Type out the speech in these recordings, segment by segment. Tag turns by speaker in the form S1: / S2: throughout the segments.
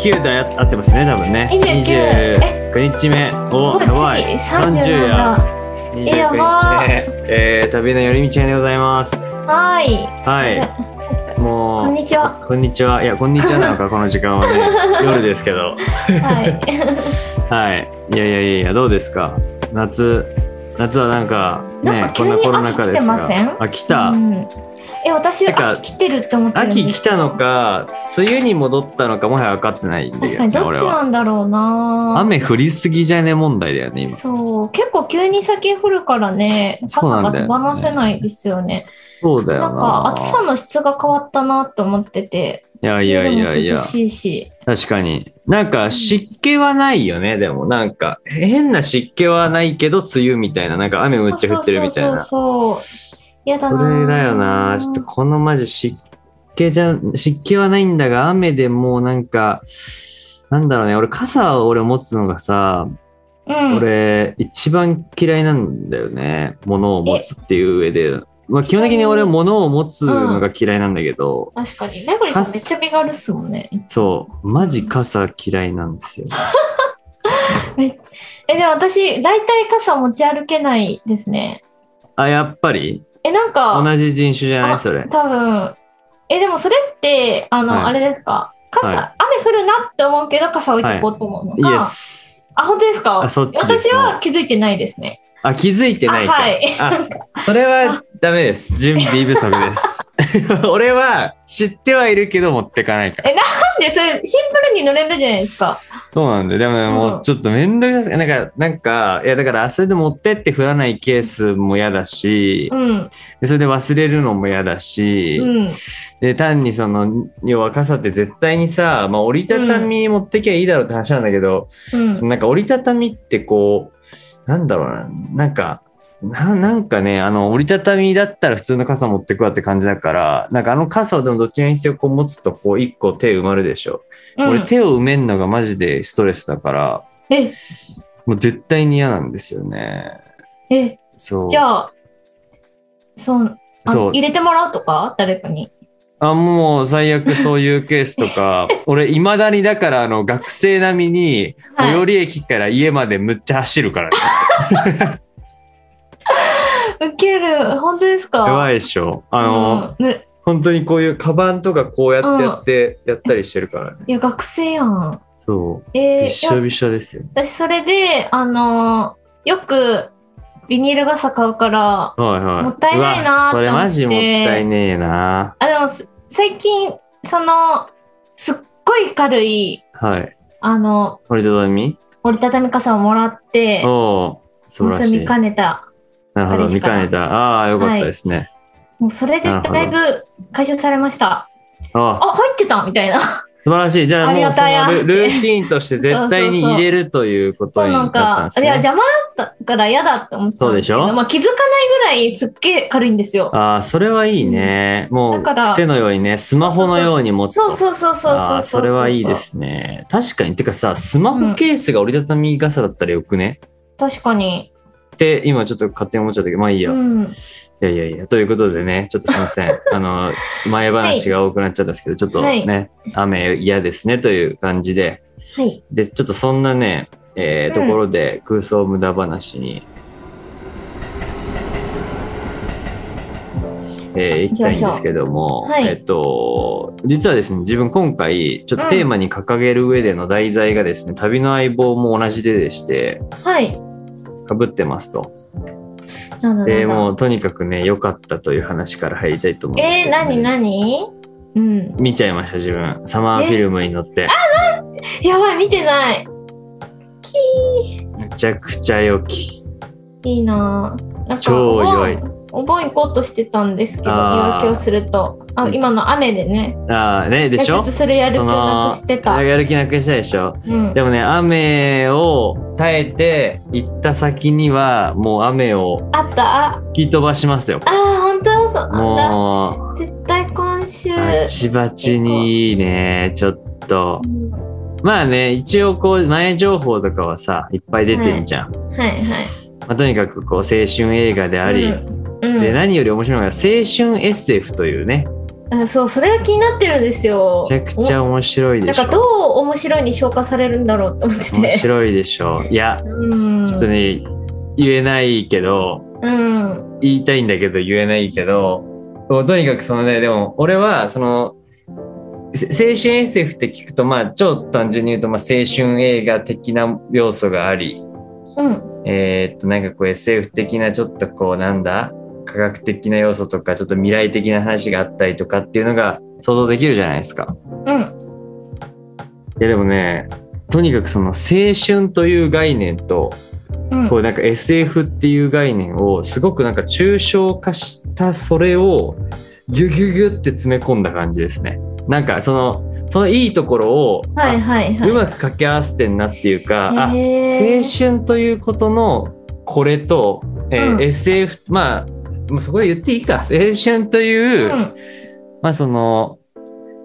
S1: 29度や合ってますね多分ね
S2: 29え
S1: 29日目お
S2: すごい
S1: やばい
S2: 次30
S1: 30
S2: な
S1: や
S2: んだ
S1: 29
S2: えやば
S1: 日目えー、旅の寄り道編でございます
S2: はーい
S1: はいもう
S2: こんにちは
S1: こんにちはいやこんにちはなのかこの時 間はね夜ですけど
S2: はい
S1: はいいやいやいやいやどうですか夏夏はなんかね
S2: なんか
S1: こ
S2: 急
S1: ん
S2: に
S1: なコロナ禍です
S2: 秋来てません
S1: があ来た、
S2: うんえ私
S1: なんか
S2: 秋来てるって思ってるん
S1: 秋
S2: で
S1: 来
S2: す
S1: たのか梅雨に戻ったのかもはや分かってないんだ
S2: 確
S1: よ
S2: かに
S1: ね
S2: どっ
S1: 俺
S2: ち
S1: は
S2: なんだろうな
S1: 雨降りすぎじゃね問題だよね今
S2: そう結構急に先降るからね傘
S1: そうな
S2: が
S1: んだよ
S2: 手
S1: ね
S2: 放せないですよね
S1: そうだよな
S2: なんか暑さの質が変わったなと思ってて
S1: いやいやいやい
S2: で
S1: や
S2: も涼しいし
S1: 確かになんか湿気はないよねでもなんか変な湿気はないけど梅雨みたいななんか雨めっちゃ降ってるみたいな
S2: そうそうそうそう嫌だ
S1: そ
S2: な
S1: れだよなちょっとこのマジ湿気じゃ湿気はないんだが雨でもうなんかなんだろうね俺傘を俺持つのがさ、
S2: うん、
S1: 俺一番嫌いなんだよね物を持つっていう上で、まあ、基本的に俺物を持つのが嫌いなんだけど、
S2: 確かにメグリさんめっちゃ身軽っすもんね
S1: そうマジ傘嫌いなんですよ、ね、
S2: めえでも私大体傘持ち歩けないですね
S1: あやっぱり
S2: えなんか
S1: 同じ人種じゃない
S2: あ
S1: それ
S2: 多分えでもそれってあの、
S1: はい
S2: あれですか傘、
S1: は
S2: 雨降るなって思うけど傘置いていこうと思うの
S1: イ
S2: か、
S1: エス
S2: あ本当ですか
S1: あそっちです
S2: 私は気づいてないですね
S1: あ気づいてないか
S2: あはい
S1: あそれはダメです準備不足です 俺は知ってはいるけど持ってかないから
S2: えなんでそれシンプルに乗れるじゃないですか
S1: そうなんだよでもね、
S2: うん
S1: もうちょっと面倒くさいなんかなんかいやだからそれで持ってって降らないケースも嫌だし
S2: うん
S1: でそれで忘れるのも嫌だし、
S2: うん
S1: で単にその要は傘って絶対にさ、まあ、折りたたみ持ってきゃいいだろうって話なんだけど、
S2: うん
S1: なんか折りたたみってこう、なんだろうな、なんか、ななんかね、あの折りたたみだったら普通の傘持ってくわって感じだから、なんかあの傘をでもどっちらにしてもこう持つとこう一個手埋まるでしょ。
S2: うん
S1: 俺手を埋めんのがマジでストレスだから、
S2: え
S1: もう絶対に嫌なんですよね。
S2: え
S1: そう。
S2: じゃあそうあ
S1: そう
S2: の入れてもらうとか誰かに
S1: あもう最悪そういうケースと か俺いまだにだからあの学生並みに
S2: は
S1: 最
S2: い
S1: 寄り駅から家までむっちゃ走るから、ね
S2: ウケる本当ですか
S1: やばいでしょあの、
S2: うんぬ
S1: 本当にこういうカバンとかこうやってやってやったりしてるからね、
S2: いや学生やん
S1: そう
S2: えー、
S1: びっしょ
S2: いや
S1: びしょですよ
S2: 私それであのーよくビニール傘買うから
S1: はいはい
S2: もったいないなー
S1: うわそれ
S2: と思
S1: マ
S2: って
S1: ジもったいねえな
S2: あでもす最近そのすっごい軽い
S1: はい
S2: あの
S1: 折りたたみ
S2: 折りたたみ傘をもらって
S1: おお素晴ら
S2: 盗
S1: しい
S2: みかねた
S1: なるほど
S2: 彼氏
S1: 見
S2: から
S1: かねたああーよかったですね、
S2: もうそれで
S1: なるほど
S2: だいぶ解消されました
S1: ああ
S2: あ入ってたみたいな
S1: 素晴らしいじゃあ
S2: あ
S1: も
S2: り
S1: う
S2: が
S1: そ
S2: たや
S1: のルルーティンとして絶対に入れるということ
S2: そう
S1: に
S2: な
S1: なんったん
S2: か
S1: です
S2: あれは
S1: ね
S2: 邪魔だったから嫌だって思ってたんですけど
S1: そうでしょ
S2: まあ、気づかないぐらいすっげえ軽いんですよ
S1: ああそれはいいね、もう
S2: だから
S1: 癖のようにねスマホのように持つと
S2: そうそうそうそう
S1: あ
S2: そ
S1: ー
S2: う
S1: それはいいですね。確かに。てかさ、スマホケースが折りたたみ傘だったらよくね、
S2: 確かに
S1: って今ちょっと勝手に思っちゃったけど、まあいいや。
S2: う
S1: い
S2: ん
S1: やいやいや。ということでね、ちょっとすいませ ん。あの、前話が多くなっちゃったんですけど、ちょっとね、雨嫌ですねという感じで。
S2: はい
S1: で、ちょっとそんなね、えー
S2: うん
S1: ところで空想無駄話に。えー行きたいんですけども、
S2: 行きましょうはい
S1: えっと実はですね自分今回ちょっとテーマに掲げる上での題材がですね、旅の相棒も同じででして
S2: はい
S1: かぶってますと
S2: なんだろう
S1: で
S2: な
S1: もうとにかくね良かったという話から入りたいと思うんですけど、
S2: えー、
S1: ね、
S2: なになにうん。
S1: 見ちゃいました自分サマーフィルムに乗って
S2: やばい、見てない。
S1: めちゃくちゃ良き
S2: いいなぁなんか
S1: 超
S2: お
S1: 良い
S2: 盆お盆行こうとしてたんですけど、
S1: あー
S2: 言い訳をすると。あ、今の雨でね、
S1: ああねでしょ
S2: 挫折するやる気をなくしてた。
S1: その
S2: う
S1: やる気なくしたでしょ
S2: ん。
S1: でもね雨を耐えて行った先にはもう雨を
S2: あったあ
S1: 吹き飛ばしますよ
S2: あー、本当そうなん
S1: も
S2: だ。絶対今週。
S1: うバチバチにいいねちょっと
S2: うん
S1: まあね一応こう前情報とかはさいっぱい出てんじゃん、
S2: はいはい。
S1: まあ、とにかくこう青春映画であり、
S2: うん、うん
S1: で何より面白いのが青春 SF というね
S2: うんそうそれが気になってるんですよ
S1: めちゃくちゃ面白い
S2: おな
S1: で
S2: ん
S1: し
S2: かどう
S1: ょ。
S2: 面白いに消化されるんだろうと思って
S1: 面
S2: て
S1: 白いでしょ。いや、
S2: うん
S1: ちょっとね、言えないけど、
S2: うん
S1: 言いたいんだけど言えないけどもうとにかくそのねでも俺はそのせ青春 SF って聞くとまあ超単純に言うとまあ青春映画的な要素があり
S2: うん
S1: えーっとなんかこう SF 的なちょっとこうなんだ科学的な要素とかちょっと未来的な話があったりとかっていうのが想像できるじゃないですか。
S2: うん
S1: いやでもねとにかくその青春という概念と
S2: うん
S1: こうなんか SF っていう概念をすごくなんか抽象化したそれをギュギュギュって詰め込んだ感じですね。なんかそのそのいいところを、
S2: はいはいは
S1: あ
S2: いう
S1: まく掛け合わせてんなっていうか、あ
S2: へ
S1: 青
S2: ー
S1: 春ということのこれと、えー
S2: うん
S1: SF まあまあそこで言っていいか青春という、まあその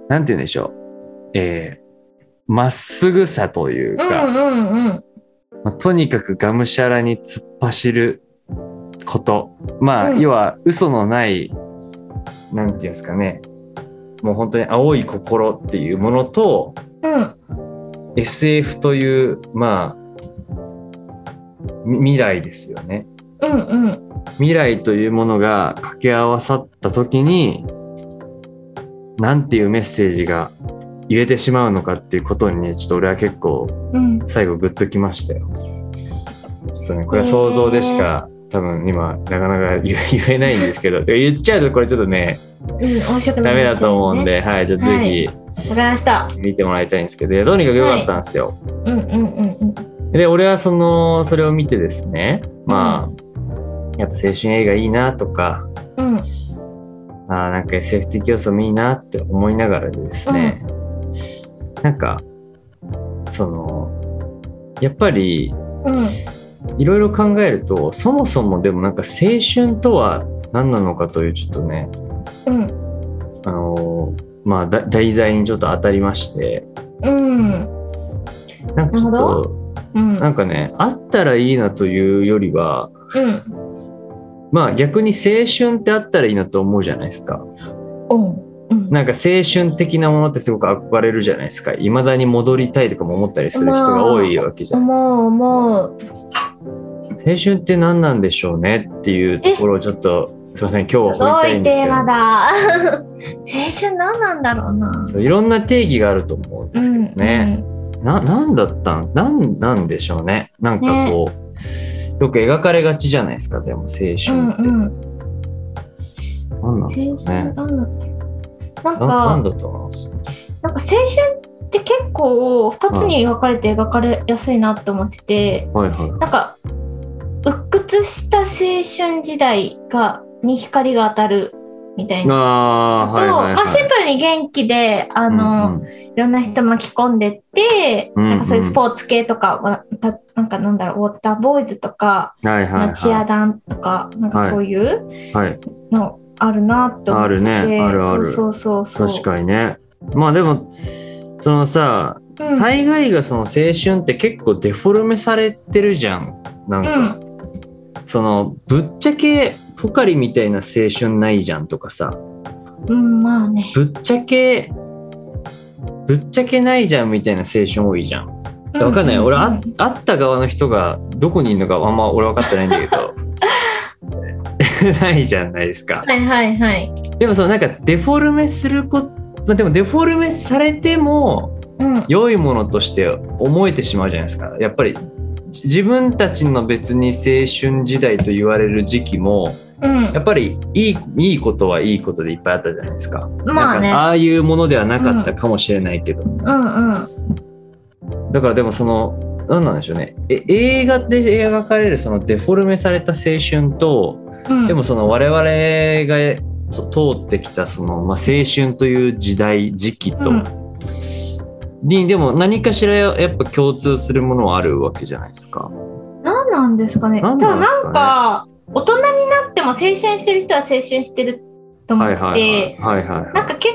S1: なんて言うんでしょうえーま、っすぐさという
S2: うんう
S1: か、
S2: んうんうん
S1: まあとにかくがむしゃらに突っ走ることまあ、
S2: うん
S1: 要は嘘のないなんていうんですかねもう本当に青い心っていうものと
S2: うん、
S1: SF というまあみ未来ですよね
S2: うん、うん、
S1: 未来というものが掛け合わさった時になんていうメッセージが言えてしまうのかっていうことにねちょっと俺は結構
S2: うん、
S1: 最後グッときましたよ。ちょっとねこれは想像でしか、多分今なかなか言え 言えないんですけどで言っちゃうとこれちょっとね
S2: うん、面白くな
S1: ダ
S2: い
S1: メだと思うん。で、はいちょっと
S2: は
S1: ぜ
S2: いわかりました。
S1: ひ見てもらいたいんですけど、いやとにかく良かったんですよ。
S2: うん、うん、うん、うん、
S1: で俺はそのそれを見てですねまあ、やっぱ青春映画いいなとか
S2: うん、うん、
S1: あーなんか SF 的要素もいいなって思いながらですね、なんかそのやっぱり
S2: うん、
S1: いろいろ考えるとそもそもでもなんか青春とは何なのかというちょっとね
S2: うん、
S1: あのーまあだ題材にちょっと当たりまして
S2: うん、
S1: なんかちょっ
S2: なるほ
S1: と
S2: うん、
S1: なんかねあったらいいなというよりは
S2: うん、
S1: まあ逆に青春ってあったらいいなと思うじゃないですか
S2: うん、
S1: なんか青春的なものってすごく憧れるじゃないですかいまだに戻りたいとかも思ったりする人が多いわけじゃないですか
S2: 思う、思う。
S1: 青春って何なんでしょうねっていうところをちょっとすいません今日は
S2: す
S1: 掘り
S2: ご
S1: たい
S2: い
S1: んです
S2: テー
S1: よ
S2: マだ。青春何なんだろうな。
S1: そういろんな定義があると思うんで
S2: う
S1: すけ
S2: ん、
S1: どね。ななんだったんなんなんでしょうね。なんかこう、よく描かれがちじゃないですか、でも青春って。
S2: う、
S1: なん
S2: うん、うん、
S1: んなん
S2: 青
S1: ですか
S2: 春
S1: ね。
S2: 何なんだ。なん
S1: ななん
S2: か、
S1: だと思います
S2: なんか青春って結構二つに分かれて描かれやすいなって思ってて。
S1: はいは
S2: なんか鬱屈した青春時代がに光が当たるみたい
S1: い。
S2: な。
S1: あ
S2: あ
S1: あー、はい
S2: と、
S1: はい、
S2: まあ、シ
S1: は
S2: ンプルに元気であ
S1: い。
S2: の、
S1: うんうん
S2: いろんな人巻き込んでって、
S1: うんうん
S2: なんかそういうスポーツ系とかはたなんかなんだろうウォーターボーイズとか、
S1: はいはいはい。
S2: チアダンとかなんかそういう
S1: はい、
S2: のあるなって思ってて、
S1: あるねあるある
S2: そうそうそうそ
S1: 確
S2: う
S1: かにね。まあでも、そのさ、
S2: うん
S1: 大概がその青春って結構デフォルメされてるじゃん。なんか、
S2: うん
S1: その、ぶっちゃけポカリみたいな青春ないじゃんとかさ。
S2: うんまあね
S1: ぶっちゃけぶっちゃけないじゃんみたいな青春多いじゃん。わかんない、
S2: うう
S1: 俺
S2: う
S1: あ
S2: ん
S1: 会った側の人がどこにいるのかあんま俺分かってないんだけどないじゃないですか。
S2: はいはいはい
S1: でもそのなんかデフォルメすることまあでもデフォルメされても
S2: うん
S1: 良いものとして思えてしまうじゃないですかやっぱりじ自分たちの別に青春時代と言われる時期も
S2: うん
S1: やっぱりいいいいことはいいことでいっぱいあったじゃないですか。
S2: まあ
S1: なん
S2: ね
S1: かああいうものではなかったかもしれないけど、
S2: うんうん
S1: だからでもその何なんでしょうねえ映画で描かれるそのデフォルメされた青春と、
S2: うん
S1: でもその我々がそ通ってきたその、まあ、青春という時代時期と、
S2: うん
S1: にでも何かしらやっぱ共通するものはあるわけじゃないですか。
S2: 何なんですかね。
S1: 何
S2: た
S1: な
S2: だ
S1: んですか
S2: な
S1: ね
S2: んか大人になっても青春してる人は青春してると思
S1: は
S2: っ
S1: い
S2: てて、
S1: はいはいはいはいはい
S2: なんかけ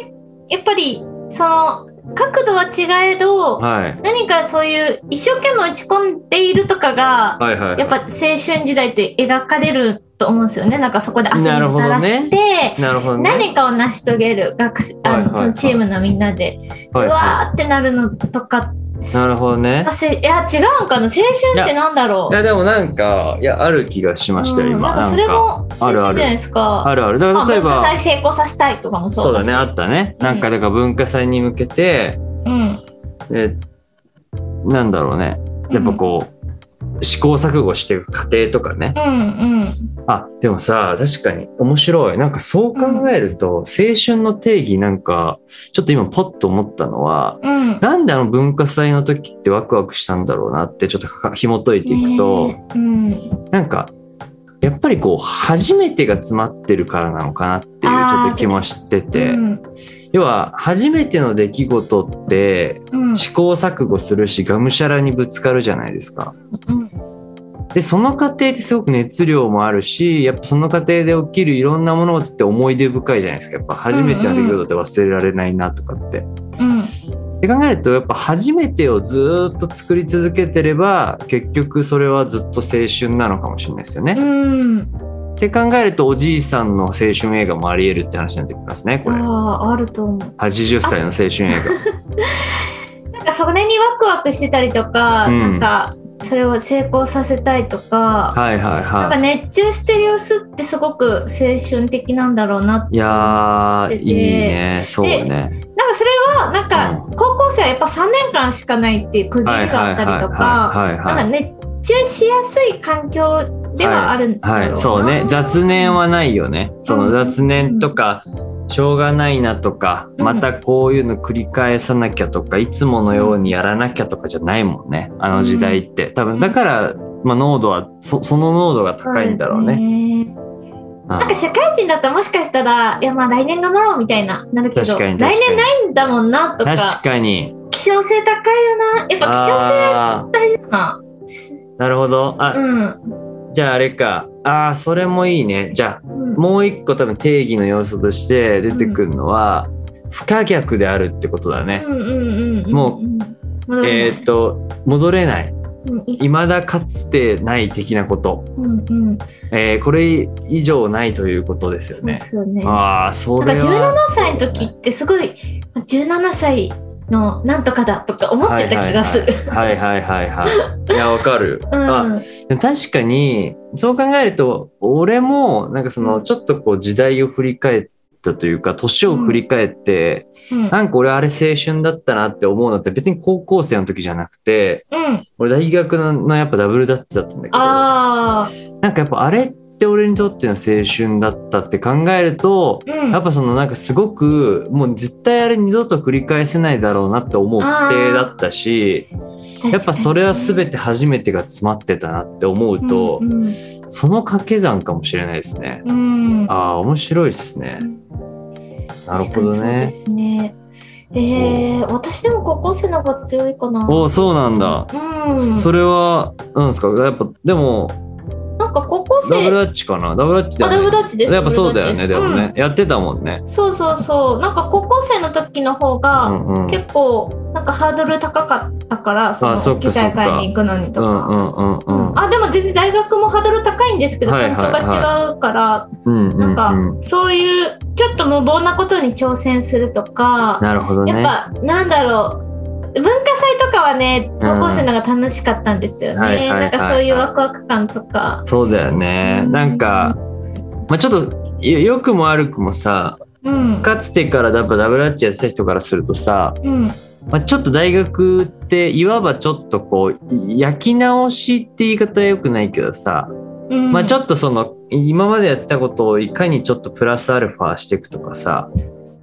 S2: やっぱりその角度は違えど、
S1: はい。
S2: 何かそういう一生懸命打ち込んでいるとかが、
S1: はいはいはい。
S2: やっぱ青春時代って描かれると思うんですよね。なんかそこで汗
S1: なる
S2: 水
S1: ほど
S2: 垂
S1: ね
S2: らして、
S1: なるほどね。
S2: 何かを成し遂げる学生、あの、
S1: はいはいはい
S2: そのチームのみんなで、
S1: はいう
S2: わ
S1: は
S2: ーってなるのとか、
S1: い、なるほどね
S2: あ。せいや違うんかな青春ってなんだろ。
S1: いうやでもなんかいやある気がしましたよ
S2: うん
S1: 今。
S2: なんかそれも青春じゃないですか。
S1: あるある。だか
S2: まあ
S1: ら例え
S2: 文化祭
S1: ば
S2: 成功させたいとかも
S1: そ
S2: そうう
S1: だ
S2: だし。
S1: ねあったね。なんかだから文化祭に向けてえなんだろうね。
S2: うん。
S1: やっぱこう。試行錯誤していく過程とかね
S2: うん。うんうん。
S1: あでもさ確かに面白いなんかそう考えると、青春の定義なんかちょっと今ポッと思ったのは
S2: うん。
S1: なんであの文化祭の時ってワクワクしたんだろうなってちょっとかか紐解いていくと、
S2: ねえうん、ちょ
S1: なんかやっぱりこう初めてが詰まってるからなのかなっていう
S2: あー
S1: ちょっと気もしてて、
S2: うん
S1: 要は初めての出来事って
S2: うん
S1: 試行錯誤するしがむしゃらにぶつかるじゃないですか。
S2: うん
S1: でその過程ってすごく熱量もあるしやっぱその過程で起きるいろんなものって思い出深いじゃないですかやっぱ初めての出来事って忘れられないなとかって。
S2: うん
S1: って考えるとやっぱ初めてをずーっと作り続けてれば結局それはずっと青春なのかもしれないですよね。
S2: うん
S1: って考えるとおじいさんの青春映画もあり得るって話になってきますねこれ
S2: あああると思う
S1: 80歳の青春映
S2: なんかそれにワクワクしてたりとか、
S1: うん
S2: なんかそれを成功させたいとか、
S1: 画はいはい
S2: なんか
S1: は
S2: 熱中してる様子ってすごく青春的なんだろうなっ
S1: い
S2: て
S1: いやー
S2: て
S1: い
S2: て
S1: いねそうね
S2: なんかそれはなんか高校生はやっぱ3年間しかないっていう区切り
S1: はい
S2: があ
S1: は
S2: っ
S1: い
S2: た
S1: はい
S2: りとか
S1: はい
S2: なん
S1: は
S2: か
S1: い
S2: 熱中しやすい環境ではあるんだろう
S1: は
S2: な、
S1: いそうね雑念はないよねその雑念とかしょうがないなとか
S2: うん
S1: またこういうの繰り返さなきゃとかいつものようにやらなきゃとかじゃないもんねあの時代って多分だからまあ濃度はそその濃度が高いんだろう
S2: そう
S1: ね。
S2: です
S1: う
S2: ね
S1: ん
S2: なんか社会人だったらもしかしたら、いやまあ来年頑張ろうみたいな、なるけど、
S1: 確か
S2: 来
S1: に確
S2: 年
S1: かに
S2: ないんだもんなとか、
S1: 確かに。
S2: 希少性高いよな。やっぱ希少性
S1: あー
S2: 大事だな。
S1: なるほど。あ、
S2: うん。
S1: じゃああれか。ああ、それもいいね。じゃあ、
S2: うん
S1: もう一個多分定義の要素として出てくるのは、不可逆であるってことだね。
S2: うんうんうん。
S1: も
S2: う、戻
S1: え
S2: れ
S1: ー
S2: な
S1: っ
S2: い
S1: と、戻れない。
S2: うんい
S1: 未だかつてない的なこと。
S2: うんうん。
S1: えーこれ以上ないということですよ
S2: そうで
S1: ね。
S2: すよね。だ
S1: ああ、そ
S2: から
S1: れ
S2: 17
S1: は。
S2: 歳の時ってすごい、17歳のなんとかだとか思ってた気がする。
S1: はいはいはい はい。いや、わかる。あ
S2: うん。
S1: 確かにそう考えると俺もなんかそのちょっとこう時代を振り返ったというか年を振り返って、
S2: うん
S1: なんか俺あれ青春だったなって思うのって別に高校生の時じゃなくて
S2: うん。
S1: 俺大学のやっぱダブルダッチだったんだけど
S2: ああ。
S1: なんかやっぱあれって俺にとっての青春だったって考えると
S2: うん。
S1: やっぱそのなんかすごくもう絶対あれ二度と繰り返せないだろうなって思う過程だったしやっぱそれは全
S2: て
S1: て初めてが詰まってたなって思うと。
S2: うんうん
S1: その掛け算かもしれないですね。
S2: うん
S1: ああ、面白いですね。なるほど
S2: 確かにそうで
S1: ね。
S2: すね。ええ私でも高校生の方が強いかな。
S1: おお、そうなんだ。
S2: うん。
S1: それは、なんですか、やっぱ、でも、
S2: なんか高校
S1: ダブル
S2: 生。
S1: ダッチかな。ダブルダッチだ
S2: あ、ダブ
S1: よ
S2: ル
S1: ね。
S2: ダッチです。
S1: やっぱそうだよね、で
S2: ダブ
S1: も
S2: ルダッチ
S1: ね、やってたもんね
S2: う。んそうそうそう。なんか高校生の時の方
S1: う
S2: が
S1: んうん。うん
S2: 結構なんかハードル高かったから、そ
S1: あそっ
S2: の
S1: かそっ
S2: 議
S1: か
S2: 会会に行くのにと
S1: うん
S2: か。
S1: うんうん
S2: あでも全然大学もハードル高いんですけど、
S1: はいはい
S2: 本当が違うから、
S1: うんうん
S2: なんか
S1: うん。
S2: そういうちょっと無謀なことに挑戦するとか、
S1: なるほどね。は
S2: やっぱなんだろう文化祭とかはね高校生の方が楽しかったんですよ
S1: はいはい
S2: ね、
S1: はい
S2: なんかそういうワクワク感とか、
S1: そうだよね。なんか、まあ、ちょっと、よ良くも悪くもさ、
S2: うん
S1: かつてからやっぱダブルダッチやってた人からするとさ、
S2: うん
S1: まあ、ちょっと大学っていわばちょっとこう焼き直しって言い方は良くないけどさ、
S2: うん
S1: まあ、ちょっとその今までやってたことをいかにちょっとプラスアルファしていくとかさ、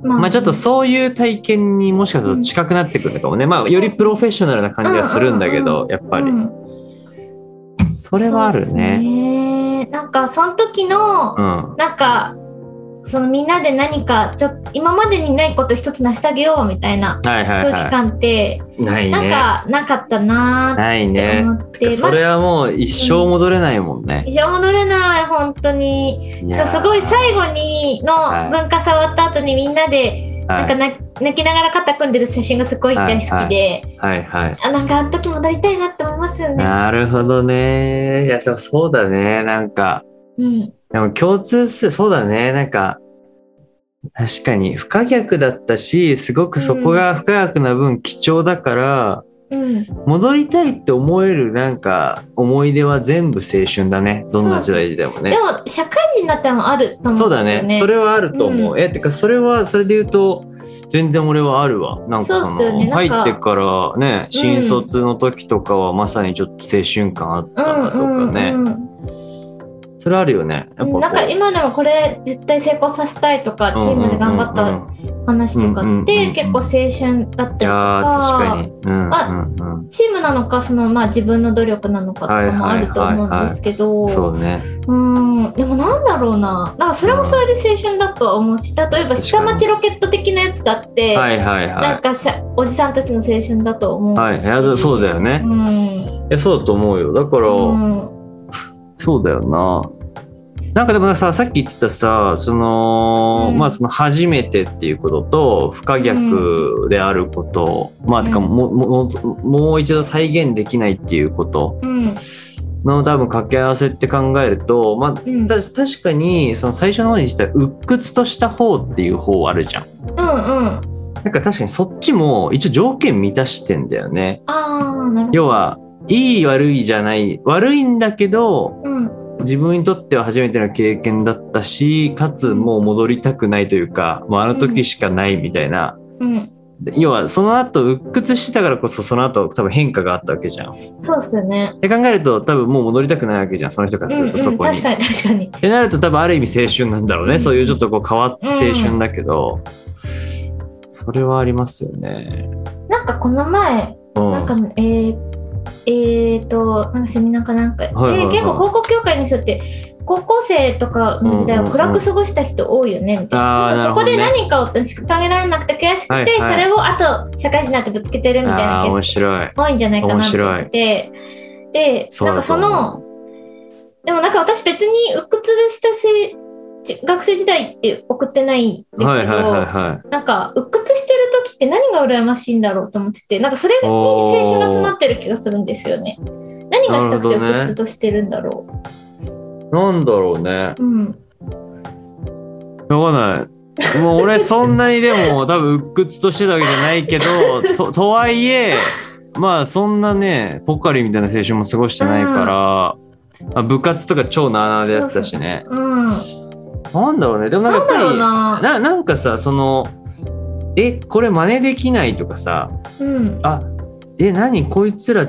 S2: ま
S1: まあ、ちょっとそういう体験にもしかすると近くなってくるのかもね、まあ、よりプロフェッショナルな感じがするんだけど、やっぱり、
S2: うん
S1: それはあるね。
S2: そうっすねなんかその時の、
S1: うん
S2: なんかそのみんなで何かちょっと今までにないこと一つ成してあげようみたいな
S1: はいはい
S2: 空気
S1: は
S2: 感って、
S1: い。ない
S2: なん
S1: ね。
S2: かなかったな
S1: ない
S2: ーって
S1: ね。
S2: 思って、
S1: それはもう一生戻れないもんね。
S2: 非常戻れない本当に
S1: いやー
S2: すごい最後にの
S1: はい
S2: 文化祭終わった後にみんなで
S1: は
S2: なんか
S1: い、
S2: な泣きながら肩組んでる写真がすごい大好きで、
S1: はい、はい。
S2: あなんかあの時戻りたいなって思いますよね。
S1: なるほどね。いや、でもそうだね。なんか、
S2: うん、
S1: でも共通する、そうだね。なんか、確かに不可逆だったし、すごくそこが不可逆な分貴重だから、
S2: うん、
S1: 戻りたいって思えるなんか思い出は全部青春だね。どんな時代でも
S2: で
S1: ね。
S2: も社会人になってもあると思
S1: そううん
S2: で
S1: だ
S2: すよね。
S1: ね。それはあると思う。
S2: う
S1: え、てかそれは、それで言うと、全然俺はあるわ。なんかその
S2: そうっすよねなん
S1: 入
S2: か
S1: ってからね、新卒の時とかはまさにちょっと青春感あったなとかね。
S2: うんうん
S1: それあるよね。やっぱ
S2: うん、
S1: こう
S2: なんか今でもこれ絶対成功させたいとかチームで頑張
S1: うん
S2: っ
S1: うん
S2: た
S1: うんうんい
S2: 話とかっ
S1: うんうんう
S2: て
S1: ん
S2: 結構青春だったりと
S1: やー確か
S2: か
S1: に。うんうんうん
S2: チームなのかそのまあ自分の努力なのかとかもあると思うんですけど
S1: そうね。
S2: うんでもなんだろうななんかそれもそれで青春だとは思うし例えば下町ロケット的なやつだって、
S1: はいはいは
S2: なん
S1: い。
S2: かしゃおじさんたちの青春だと思うし、
S1: はい、いやそうだよね。
S2: うん
S1: いやそうだと思うよ。だから、
S2: うん
S1: そうだよな。なんかでもささっき言ってたさその、
S2: うん
S1: まあその初めてっていうことと不可逆であること、まあてか
S2: うん
S1: ももももう一度再現できないっていうこと
S2: うん
S1: の多分掛け合わせって考えると、まあ、
S2: うん
S1: た確かにその最初の方にした鬱屈とした方っていう方あるじゃん。
S2: うんうん
S1: なんか確かにそっちも一応条件満たしてんだよね。
S2: ああなるほど
S1: 要はいい悪いじゃない悪いんだけど
S2: うん
S1: 自分にとっては初めての経験だったしかつもう戻りたくないというかもうあの時しかないみたいな。
S2: うん
S1: で要はその後鬱屈してたからこそその後多分変化があったわけじゃん。っ
S2: そうっすよね
S1: て考えると多分もう戻りたくないわけじゃんその人からす
S2: うんう
S1: る
S2: ん
S1: とそ
S2: 確
S1: こ
S2: か
S1: に。
S2: に確かに
S1: ってなると多分ある意味青春なんだろうね、
S2: うん
S1: そういうちょっとこう変わった青春だけど、それはありますよね。
S2: なんかこの前
S1: うん、
S2: なんかえーえーとなんかセミナーかなんかで、
S1: はいはいはい
S2: 結構高校協会の人って高校生とかの時代を暗く過ごした人多いよねみたいな,、
S1: あーなる
S2: そ
S1: ほ
S2: こ
S1: どね
S2: で何かを食べられなくて悔しくて、
S1: はいはい
S2: それをあと社会人になってぶつけてるみたいな
S1: ああー
S2: ケ
S1: 面
S2: ース
S1: 白い。
S2: 多いんじゃないかなって言っててで
S1: そう
S2: なん
S1: だと
S2: かそ
S1: 思う
S2: のでもなんか私別に鬱屈したせ学生時代って送ってないんですけど、
S1: はいはいはいはい。
S2: なんか、鬱屈してる時って何が羨ましいんだろうと思ってて、なんかそれに青
S1: おー
S2: 春が詰まってる気がするんですよね。何がし
S1: なるほ
S2: たくて
S1: どね
S2: 鬱屈としてるんだろ
S1: なんだろうね。
S2: う。うん。
S1: わかんな い。もう俺そんなにでも多分鬱屈としてたわけじゃないけどととはいえまあそんなねポカリみたいな青春も過ごしてないから、まあ、部活とか超なあなあでやってたしね
S2: うん。
S1: なんだろうねでもなんか
S2: な
S1: やっぱり
S2: んだろうな。
S1: ななんかさそのえこれ真似できないとかさ
S2: うん。
S1: あえ何こいつら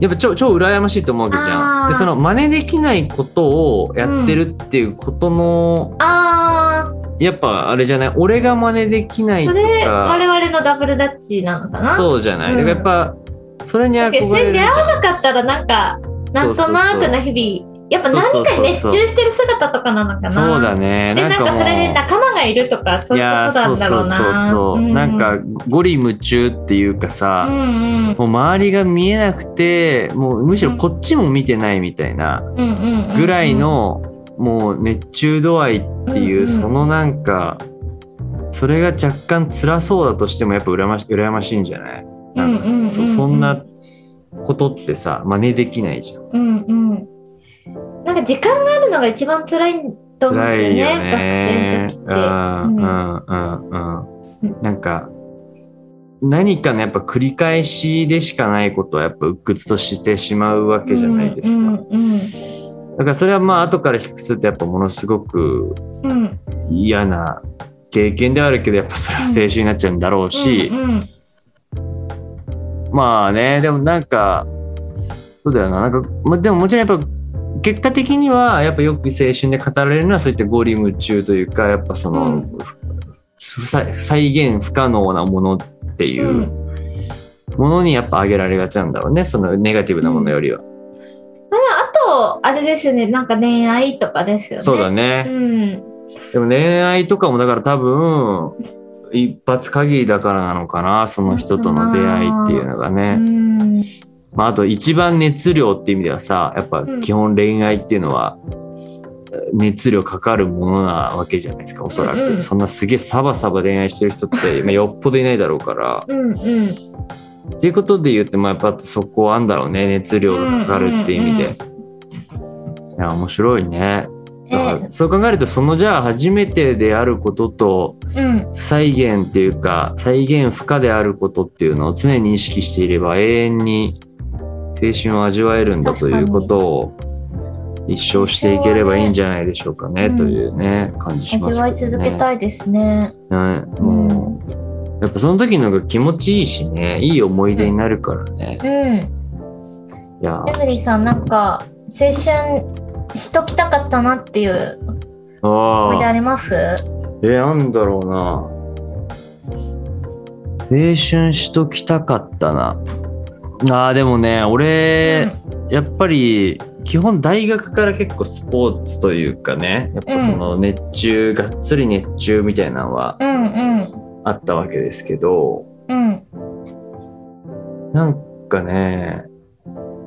S1: やっぱ超超羨ましいと思うわけじゃ
S2: あー
S1: んでその真似できないことをやってるっていうことの、
S2: あ
S1: やっぱあれじゃない俺が真似できな
S2: ー、
S1: いと
S2: それ、我
S1: か
S2: 々のダブルダッチなのかな。
S1: そうじゃない、
S2: うん
S1: だからやっぱそれに
S2: 確かに、
S1: 憧
S2: そ
S1: れ
S2: れ
S1: るじ
S2: 出
S1: ゃ
S2: 会
S1: ん
S2: わなかったら、なんか、なんとなくな日々、やっぱ何かに熱中してる姿とかなのかな。
S1: そうだね
S2: で、なん
S1: も
S2: か
S1: う
S2: それで仲間がいるとか、そう
S1: い
S2: いうこ
S1: やー
S2: と
S1: そ
S2: なん
S1: う
S2: だ
S1: そ
S2: ろ
S1: う
S2: う
S1: そう
S2: な。
S1: そう、
S2: うん
S1: なんか、ゴリ夢中っていうかさ、
S2: うんうん。
S1: もう周りが見えなくてもうむしろこっちも見てないみたいな
S2: うんうんうん
S1: ぐらいの、もう熱中度合いっていう、
S2: うんうん
S1: そのなんかそれが若干辛そうだとしてもやっぱ羨まし羨ましいんじゃないなんか
S2: うんうんうんうん
S1: そそんなことってさ真似できないじゃん。
S2: うんうん。なんか時間があるのが一番辛いと思うんで
S1: 辛
S2: すよ
S1: いよ
S2: ね。
S1: ね。
S2: 学生
S1: う
S2: の
S1: ん
S2: 時
S1: う
S2: って。
S1: んうんうん
S2: う
S1: なんか何かのやっぱ繰り返しでしかないことはやっぱ鬱屈としてしまうわけじゃないですか。
S2: うんうん
S1: だからそれはまあ後から比較するとやっぱものすごく
S2: うんうん
S1: 嫌な経験ではあるけどやっぱそれは青春になっちゃうんだろうし、
S2: うんうん
S1: まあねでもなんかそうだよななんか、まあ、でももちろんやっぱ結果的にはやっぱよく青春で語られるのはそういったゴリ夢中というかやっぱその、
S2: うん
S1: ふ再再現不可能なものっていううんものにやっぱ挙げられがちなんだろうねそのネガティブなものよりは。
S2: あと、あれですよね、なんか恋愛とかですよね。
S1: そうだね
S2: うん。
S1: でも恋愛とかもだから多分一発限りだからなのかなその人との出会いっていうのが
S2: う
S1: ね、
S2: ん。
S1: まあ、あと一番熱量って意味ではさやっぱ基本恋愛っていうのは熱量かかるものなわけじゃないですかおそらく、
S2: うんうん
S1: そんなすげえサバサバ恋愛してる人って、まあ、よっぽどいないだろうから
S2: うんうん
S1: っていうことで言ってまあやっぱそこはあんだろうね熱量がかかるっていう意味で、いや面白いねだから
S2: ね
S1: そう考えるとそのじゃあ初めてであることと
S2: うん
S1: 不再現っていうか再現不可であることっていうのを常に意識していれば永遠に青春を味わえるんだということを一生していければいいんじゃないでしょうかね
S2: うん
S1: というね、感じしますけ
S2: 味
S1: ど
S2: わ
S1: ね
S2: い続けたいですね。
S1: ねもうやっぱその時の方が気持ちいいしねいい思い出になるからね、
S2: うん。
S1: いや
S2: エブリさんなんか青春しときたかったなっていう思い出
S1: あ
S2: あ
S1: あ
S2: りま
S1: え
S2: す？
S1: ーなんだろうな青春しときたかったなあーでもね俺、やっぱり基本大学から結構スポーツというかねやっぱその熱中、がっつり熱中みたいなのは
S2: うんうん
S1: あったわけですけど
S2: うん
S1: なんかね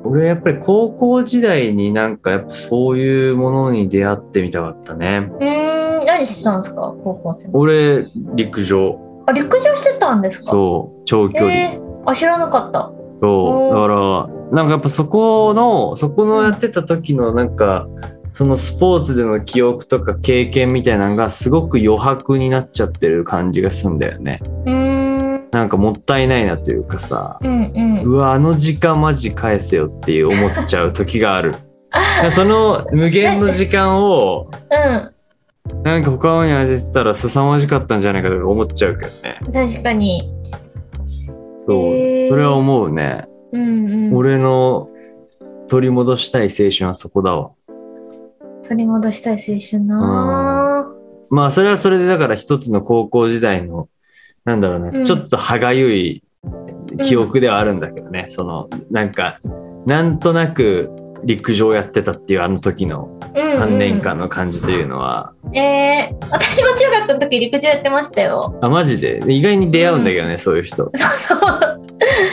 S1: 俺やっぱり高校時代になんかやっぱそういうものに出会ってみたかったね
S2: うーん何してたんですか高校生の？
S1: 俺陸上
S2: あ陸上してたんですか？
S1: そう長距離、
S2: えー、あ知らなかった。
S1: そうだ
S2: お
S1: からなんかやっぱそこのそこのやってた時のなんかそのスポーツでの記憶とか経験みたいなのがすごく余白になっちゃってる感じがすんだよね
S2: うーん
S1: なんかもったいないなというかさ
S2: うん
S1: うわあの時間マジ返せよっていう思っちゃう時が あるその無限の時間を
S2: うん
S1: なんか他のに当ててたら凄まじかったんじゃないかとか思っちゃうけどね
S2: うん確かに。
S1: そう
S2: へー
S1: それは思うね
S2: うんうん。
S1: 俺の取り戻したい青春はそこだわ
S2: 取り戻したい青春なぁ。
S1: まあそれはそれでだから一つの高校時代のなんだろうな、
S2: うん
S1: ちょっと歯がゆい記憶ではあるんだけどね、そのなんかなんとなく陸上やってたっていうあの時の
S2: うんうん
S1: 3年間の感じというのは、
S2: えー、私も中学の時陸上やってましたよ。
S1: あマジで意外に出会うんだけどね、そういう人
S2: そうそう。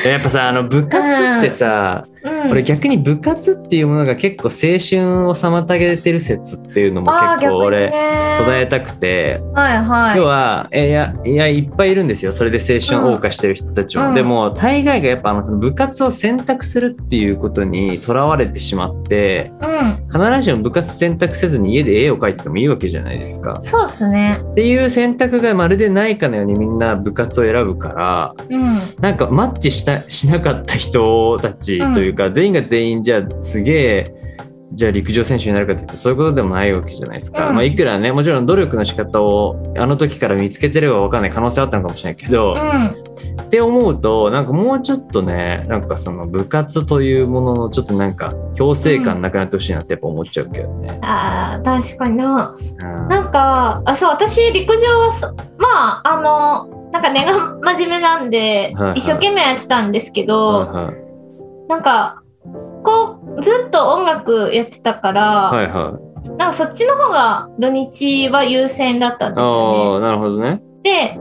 S1: やっぱさあの部活ってさ、
S2: うん、
S1: 俺逆に部活っていうものが結構青春を妨げてる説っていうのも
S2: あー
S1: 結構
S2: 逆に
S1: 俺
S2: ね
S1: 途絶えたくて
S2: はいはい。
S1: 要は、えいやいやいっぱいいるんですよそれで青春を謳歌してる人たちも、
S2: うん
S1: でも大概がやっぱあのその部活を選択するっていうことにとらわれてしまって
S2: うん、
S1: 必ずしも部活選択せずに家で絵を描いててもいいわけじゃないですか。
S2: そうっすね。
S1: っていう選択がまるでないかのようにみんな部活を選ぶから
S2: うん、
S1: なんかマッチしたしなかった人たちというか、全員が全員じゃあすげえじゃあ陸上選手になるかって言ってそういうことでもないわけじゃないですか、
S2: うん
S1: まあ、いくらねもちろん努力の仕方をあの時から見つけてれば分かんない可能性あったのかもしれないけど、
S2: う
S1: って思うとなんかもうちょっとねなんかその部活というもののちょっとなんか強制感なくなってほしいなってやっぱ思っちゃうけどね。
S2: ん。ああ、確かにな。
S1: うん
S2: なんか、あ、そう、私陸上、そまあ、あの、なんか根が真面目なんで、
S1: はいはい
S2: 一生懸命やってたんですけど、
S1: はい
S2: なんか。こう、ずっと音楽やってたから、
S1: はいはいはい。
S2: なんかそっちの方が土日は優先だったんですよね
S1: あ。あ、なるほどね。
S2: で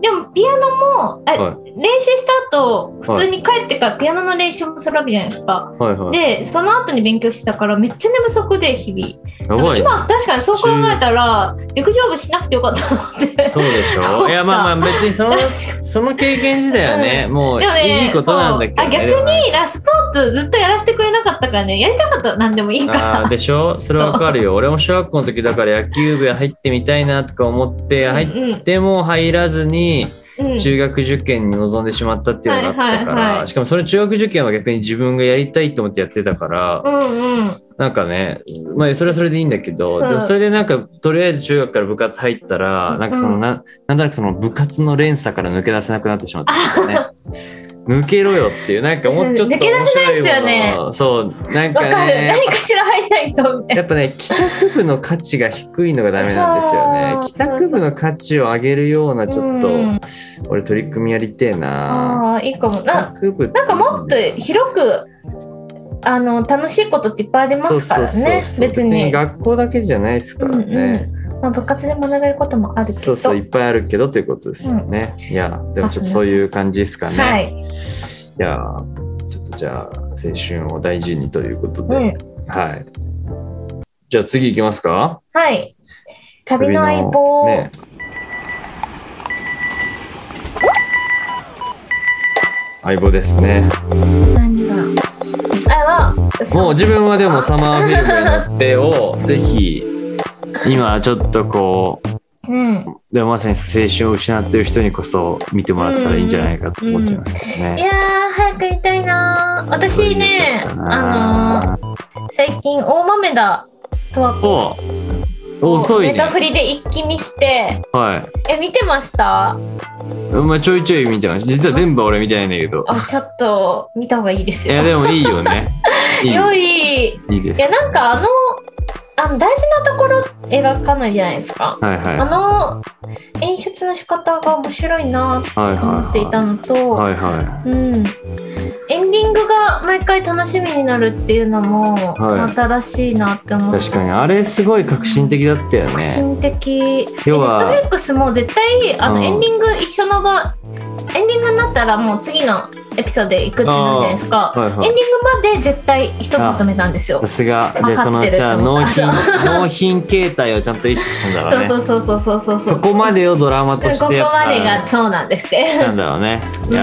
S2: でもピアノもあ、
S1: は
S2: 練習した後普通に帰ってからピアノの練習もするわけじゃないですか、
S1: はいはい。
S2: でその後に勉強してたからめっちゃ寝不足で日々
S1: やばいね
S2: 今確かにそう考えたら陸上部しなくてよかったなって
S1: そうでしょいやまあまあ別にその
S2: 確かに
S1: その経験自体はね、もう
S2: でもね
S1: いいことなんだけど、ね、
S2: そうあ逆なスポーツずっとやらせてくれなかったからねやりたかったら何でもいいから
S1: あーでしょそれわかるよ俺も小学校の時だから野球部入ってみたいなとか思って入っ
S2: うんうん
S1: ても入らずに
S2: うん
S1: 中学受験に臨んでしまったっていうのがあったから、
S2: はいはいはい
S1: しかもその中学受験は逆に自分がやりたいと思ってやってたから、
S2: うんうん
S1: なんかね、まあ、それはそれでいいんだけど
S2: そう
S1: でもそれでなんかとりあえず中学から部活入ったらなんかその、
S2: うん
S1: ななんとなくその部活の連鎖から抜け出せなくなってしまったんだよね。抜けろよっていうなんかもうちょっと
S2: 抜け出せないですよ
S1: 面
S2: ね
S1: 白いものをそうなん
S2: わ
S1: か
S2: かる
S1: ね
S2: 何かしら入らないとみたい
S1: やっぱね帰宅部の価値が低いのがダメなんですよね
S2: そう
S1: 帰宅部の価値を上げるような
S2: な
S1: ちょっと、
S2: うん
S1: 俺取り組みやりてえな
S2: ああいいかも
S1: 帰
S2: な
S1: 宅部
S2: なんかもっと広くあの楽しいことっていっぱいありますから
S1: そうそう
S2: ね
S1: そう
S2: 別に、
S1: 学校だけじゃないですからね、
S2: うんうんまあ、部活で学べることもあるけど
S1: そうそういっぱいあるけどということですよね、いやでもちょっとそういう感じですかね、
S2: はい、
S1: いやちょっとじゃあ青春を大事にということで、
S2: うん、
S1: はいじゃあ次行きますか
S2: はい。旅の相棒。
S1: ね相棒ですね
S2: 何番あ、もう、
S1: もう自分はでもサマーフィルムに乗ってをぜひ今ちょっとこう
S2: うん。
S1: でもまさに青春を失ってる人にこそ見てもらったらいいんじゃないかと思っちゃいますけど
S2: い
S1: ね。
S2: やー、早く行きたいなー。私ね、あ
S1: の
S2: のー、最近大豆田とはこ
S1: お遅い
S2: ネ
S1: ね
S2: タ。フリで一気見して、
S1: は
S2: え、見てました
S1: い。まあちょいちょい見てます。実は全部は俺見てないんだけど。
S2: あ、ちょっと見た方がいいです
S1: い
S2: よ
S1: や。でもいいよ ね。いい
S2: 良い。い
S1: いいです。
S2: や、なんかあの、あの大事なところ描かないじゃないですか。
S1: はいはい
S2: あの演出の仕方が面白いなって思っていたのと、
S1: はいは
S2: うん、エンディングが毎回楽しみになるっていうのも
S1: はい
S2: またらしいなって思っ
S1: い。
S2: た
S1: 確かにあれすごい革新的だったよ
S2: 革
S1: ね。
S2: 新的ネ
S1: 要
S2: ットフ
S1: は
S2: リックスも絶対あ
S1: う
S2: の
S1: ん
S2: エンディング一緒の場エンディングになったらもう次のエピソードで行くってなるじゃないですか、
S1: あーはいはい
S2: エンディングまで絶対ひとまとめたんですよ
S1: さすが。
S2: か
S1: で
S2: ってる
S1: そのじゃあ納品
S2: あ
S1: 納品形態をちゃんと意識したんだろうね。
S2: そうそうそうそうそうそう
S1: そこまでをドラマと
S2: うん
S1: し
S2: ここ
S1: てやっ
S2: ま
S1: ぱ
S2: でがそうなんですね、
S1: なんだろうね。
S2: うん
S1: いや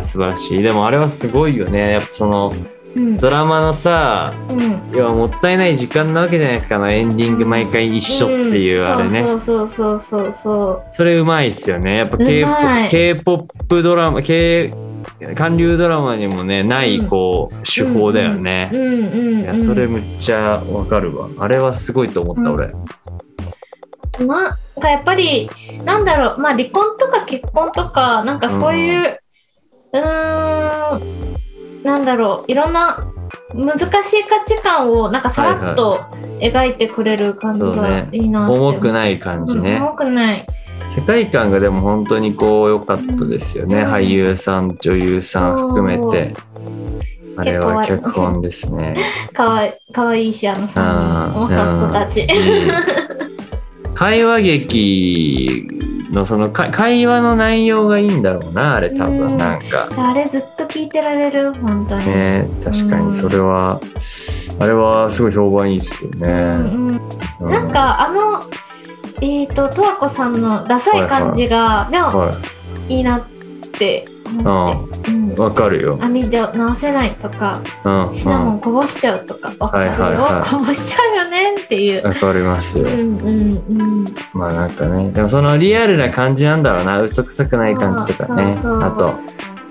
S1: ー、素晴らしい。でもあれはすごいよね。やっぱその
S2: うん
S1: ドラマのさ、
S2: うん
S1: 要はもったいない時間なわけじゃないですか。あのエンディング毎回一緒っていうあれね。
S2: うんそうそうそうそうそう
S1: それうまいっすよね。やっぱ
S2: うまい
S1: K-POP K-POP ドラマ、K 韓流ドラマにもね、ない
S2: うん
S1: こう、手法だよね。
S2: うんうん、うん、
S1: いや、それむっちゃわかるわ。あれはすごいと思った、
S2: うん
S1: 俺。
S2: なんかやっぱりなんだろうまあ離婚とか結婚とかなんかそういううーんなんだろういろんな難しい価値観をなんかさらっと描いてくれる感じ
S1: そう
S2: が
S1: ね
S2: いいなって、
S1: 重くない感じ
S2: うん
S1: ね。
S2: 重くない
S1: 世界観がでも本当にこう良かったですよね。
S2: うん
S1: 俳優さん、女優さん含めて。あれは
S2: 結構
S1: 脚本ですね。
S2: かわいかわいいしあの3人
S1: うん
S2: 元夫たち
S1: うん会話劇のそのか会話の内容がいいんだろうなあれ多
S2: う
S1: 分
S2: ん
S1: なんか
S2: あれずっと聞いてられる本当に、
S1: ね確かにそれはあれはすごい評判いいですよ
S2: うん
S1: ね。
S2: うん
S1: う
S2: なんかあのえっ、と十和子さんのダサい感じが、でも
S1: はい
S2: いなって思って、うん
S1: いわかるよ。
S2: 網で直せないとか
S1: うんうん
S2: シナモンこぼしちゃうとかわかるよ、
S1: はいはいはい
S2: こぼしちゃうよねっていう。
S1: わかりますよ
S2: う。んうんうん、
S1: まあなんかねでもそのリアルな感じなんだろうな嘘くさくない感じとかね
S2: そうそう
S1: あと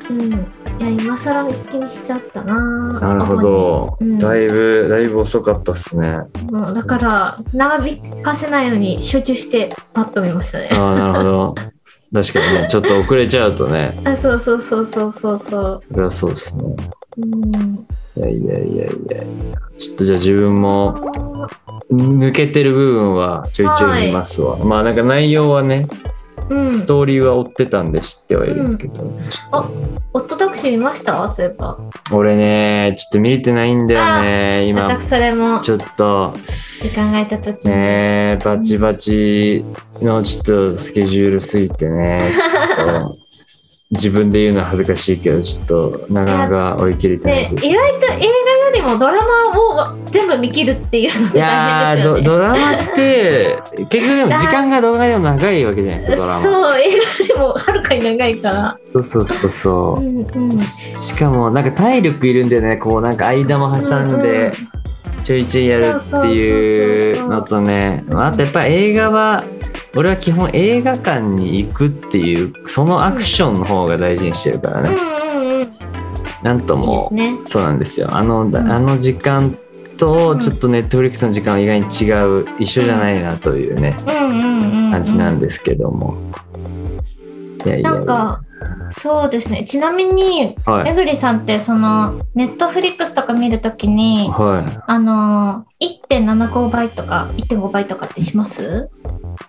S2: うん、いや今更一気にしちゃったな
S1: なるほど、
S2: うん
S1: だいぶだいぶ遅かったっすね。
S2: もうだから長引かせないように集中してパッと見ましたね
S1: ああ、なるほど。確かにね、ちょっと遅れちゃうとね、
S2: あそうそうそうそうそうそう
S1: それはそうですね。
S2: うん
S1: いやいやいやいやいやちょっとじゃあ自分も抜けてる部分はちょいちょい見ますわ。まあなんか内容はね、
S2: うん
S1: ストーリーは追ってたんで知ってはいるんですけど、ちょっ
S2: オットタクシー見ましたそういえば。
S1: と俺ね、ちょっと見れてないんだよね、今。
S2: 私それも
S1: ちょっと
S2: 時間が空いた時に。
S1: ね、バチバチのちょっとスケジュールすぎてね、ちょっ と自分で言うのは恥ずかしいけど、ちょっとなかなか追い切れてない
S2: ね
S1: です。
S2: 意外と映画よりもドラマを全部見切るっていうのっ
S1: い
S2: て
S1: や
S2: 大
S1: ー
S2: 変
S1: ド
S2: です
S1: ド
S2: よね。
S1: ラマって結局でも時間が動画でも長いわけじゃないですかドラマ
S2: そう映画よりもはるかに長いから。
S1: そうそうそう
S2: う
S1: そ
S2: んうん
S1: うししかもなんか体力いるんだよねこうなんか間も挟んでちょいちょいやるっていうのとねあとやっぱ映画は俺は基本映画館に行くっていうそのアクションの方が大事にしてるから
S2: う
S1: ね
S2: んうんうんうん。いい
S1: なんと
S2: で
S1: も
S2: すね。
S1: そうなんですよあの、
S2: ん
S1: あの時間とちょっとネットフリックスの時間は意外に違う一緒じゃないなというね、
S2: うんうんうんうん。
S1: 感じなんですけども。いやいやいや
S2: なんかそうですね。ちなみに
S1: は
S2: め
S1: い。
S2: ぐりさんってそのネットフリックスとか見るときに。
S1: はい。
S2: あのー、1.75倍とか1.5倍とかってします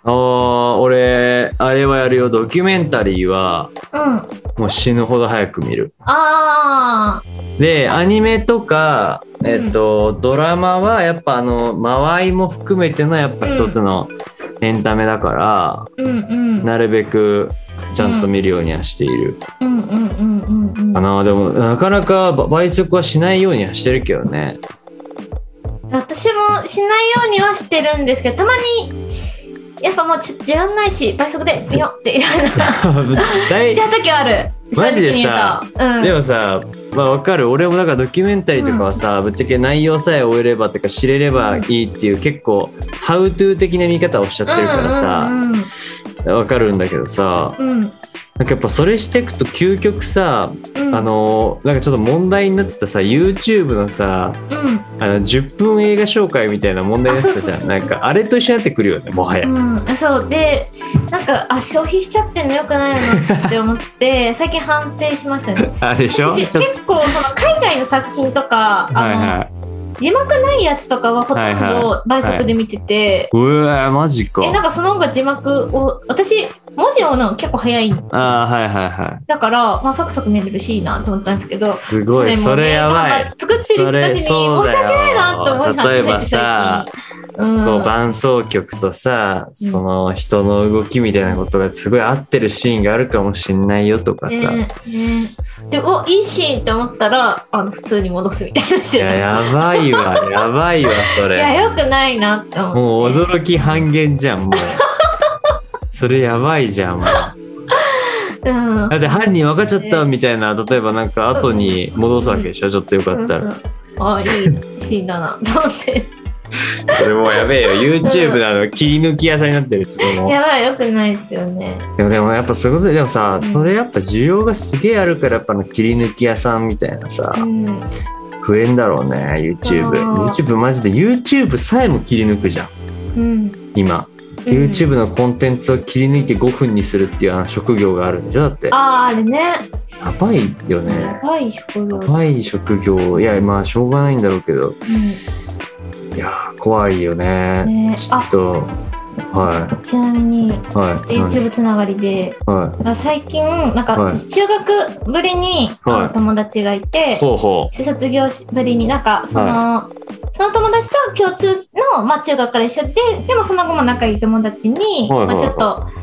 S1: ああ、俺、あれはやるよ。ドキュメンタリーは、
S2: うん。
S1: もう死ぬほど早く見る。
S2: ああ、
S1: で、アニメとか、えっ、と、ドラマは、やっぱあの、間合いも含めての、やっぱ一つのエンタメだから、
S2: うんうん。
S1: なるべく、ちゃんと見るようにはしている
S2: うんうんうんうんう
S1: か
S2: ん。
S1: な。でも、なかなかば倍速はしないようにはしてるけどね。
S2: え私もしないようにはしてるんですけどたまにやっぱもうちょっと時間ないし倍速で見ようってみたいな
S1: 大
S2: しちゃう時はある
S1: マジでさ
S2: 正直に
S1: で
S2: 言うと
S1: もさ、まあ、わかる俺もなんかドキュメンタリーとかはさ、ぶっちゃけ内容さえ終えればとか知れればいいっていう結構ハウトゥー的な見方をしちゃってるから
S2: う
S1: さ
S2: ん
S1: わかるんだけどさ
S2: うんうんうん
S1: なんかやっぱそれしていくと究極さ、
S2: うん
S1: あのなんかちょっと問題になってたさ YouTube のさ
S2: うん
S1: あの10分映画紹介みたいな問題になってたじ
S2: あ
S1: ゃ
S2: そ
S1: ん
S2: うそう
S1: な
S2: そうん
S1: かあれと一緒になってくるよねもはや。
S2: うん、そうでなんかあ消費しちゃってんのよくないよなって思って 最近反省しましたね
S1: あでしょ
S2: 私
S1: ちょっと
S2: 結構その海外の作品とか、
S1: はい
S2: あ
S1: はい。
S2: の字幕ないやつとかはほとんど倍速で見てて、
S1: うわーマジか
S2: え。なんかその方が字幕を私文字をの結構早い
S1: ああはいはいはい。
S2: だから、まあ、サクサク見れるしいいなと思ったんですけど
S1: すごい、
S2: もね
S1: それやば
S2: なん
S1: い
S2: か。作ってる人たちに申し訳ないなと思い始めて
S1: 例えばさ、
S2: 最
S1: こ
S2: 近う、
S1: うん伴奏曲とさ、
S2: うん
S1: その人の動きみたいなことがすごい合ってるシーンがあるかもしんないよとかさ、
S2: ねねでおいいシーンって思ったらあの普通に戻すみたいなして
S1: い
S2: る
S1: ややばい わやばいわそ
S2: いや
S1: れ
S2: よくないなって思って
S1: もう驚き半減じゃんもうそれやばいじゃんもうだ
S2: うん
S1: って犯人分かっちゃったみたいな例えばなんか後に戻すわけでしょちょっとよかったら
S2: あいいシーンだなと思って
S1: それもうやべえよ YouTube なの切り抜き屋さんになってるちょっともう
S2: やばいよくないですよね
S1: でもでもやっぱそういうことででもさ、
S2: ん
S1: それやっぱ需要がすげえあるからやっぱあの切り抜き屋さんみたいなさ、
S2: うん
S1: 増えんだろうね YouTube
S2: そう
S1: YouTube マジで YouTube さえも切り抜くじゃん
S2: うん
S1: 今、
S2: うん
S1: YouTube のコンテンツを切り抜いて5分にするっていうあの職業があるんでしょだってや
S2: あーあれね
S1: ばいよね
S2: やばいよこれ
S1: や
S2: は
S1: ばい職業いやまあしょうがないんだろうけどいやー怖いよね
S2: ね
S1: ちょっとは
S2: うんちなみに
S1: いはい
S2: ちょっと YouTube つながりで
S1: は
S2: 最近なんか
S1: はい
S2: 私中学ぶりにあ
S1: はい
S2: の友達がい
S1: い
S2: て
S1: ほうほ
S2: で卒業しぶりになんかその、その友達と共通の、まあ、中学から一緒ででもその後も仲いい友達に、
S1: はいはいはい
S2: まあ、ちょっ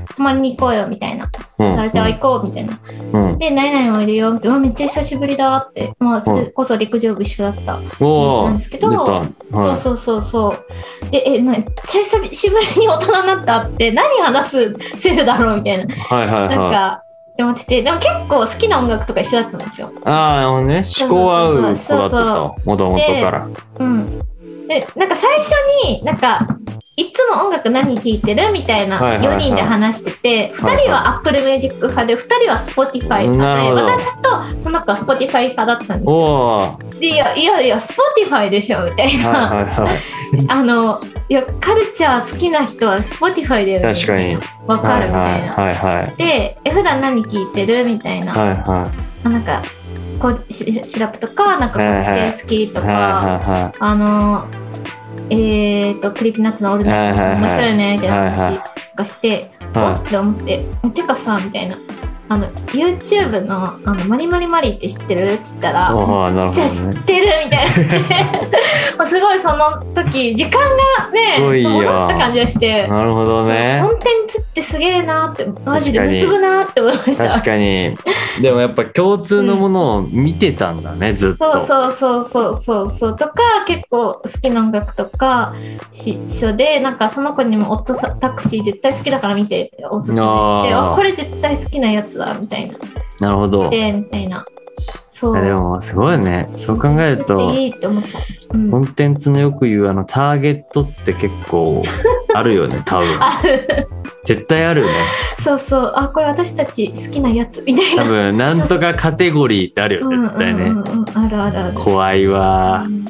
S2: と泊まりに行こうよみたいな
S1: ううん
S2: されては行こうみたいな
S1: うんうん
S2: で、何々もいるよって、うわめっちゃ久しぶりだって、まあ、それこそ陸上部一緒だった。
S1: おー
S2: なんですけど
S1: 出た
S2: そう
S1: はい
S2: そうそうそう。で、え、めっちゃ久しぶりに大人になったって、何話すせるだろうみたいな、
S1: はいはいはい
S2: なんか、思ってて、でも結構好きな音楽とか一緒だったんですよ。
S1: ああ、なるほどね。
S2: そう
S1: 思考は合う子だった
S2: そうそう
S1: と、もともとから。
S2: うん。で、なんか最初になんか、いつも音楽何聴いてるみたいな
S1: はいはいはい
S2: 4人で話してて、二
S1: はいはい
S2: 2人は Apple Music 派で2人は Spotify
S1: なるほ
S2: 派
S1: ど
S2: で私とその子は Spotify 派だったんですよ。
S1: おおー、
S2: でいやいやいや Spotify でしょみたいな、
S1: はいはいはい。
S2: あのいやカルチャー好きな人は Spotify だよね
S1: 確かに
S2: みたいなわかるみたいな、
S1: はいはい
S2: でえ普段何聞いてるみたいな、
S1: はいはいは
S2: あなんかこうしシラップとかなんかこっち系好きと
S1: い
S2: か、
S1: は
S2: あのえっ、ー、とクリーピーナッツのオールナイトとか面白いよねみたいな
S1: はいはい
S2: 話がして、
S1: いはい
S2: おって思って「てかさ」みたいなあの YouTube のあの「マリマリマリ」って知ってるって言ったら
S1: はい。おお、なるほ
S2: じゃあ知
S1: どね
S2: っ。てるみたいな もうすごいその時時間がね
S1: すごいよ
S2: そう戻った感じがして、
S1: なるほどね
S2: そう。コンテンツってすげえなってマジで
S1: 確かに
S2: 結ぶなって思いました
S1: 確かに。でもやっぱ共通のものを見てたんだね、ずっと。
S2: そうそうそうそうそうそうとか結構好きな音楽とかし一緒でなんかその子にも「オットタクシー絶対好きだから見て」おすすめして「
S1: あー
S2: あこれ絶対好きなやつだ」みたいな
S1: なるほど。い
S2: でみたいなそう
S1: やでもすごいね。そう考える
S2: コンテンツっ
S1: と
S2: て、いいって思った、うん
S1: コンテンツのよく言うあのターゲットって結構あるよね、多分。
S2: あ
S1: 絶対あるよね。
S2: そうそうあこれ私たち好きなやつみたいな
S1: 多分、なんとかカテゴリーってあるよね、絶対ね。
S2: うんうんうんうん、あるあるある。
S1: 怖いわ
S2: うん
S1: ー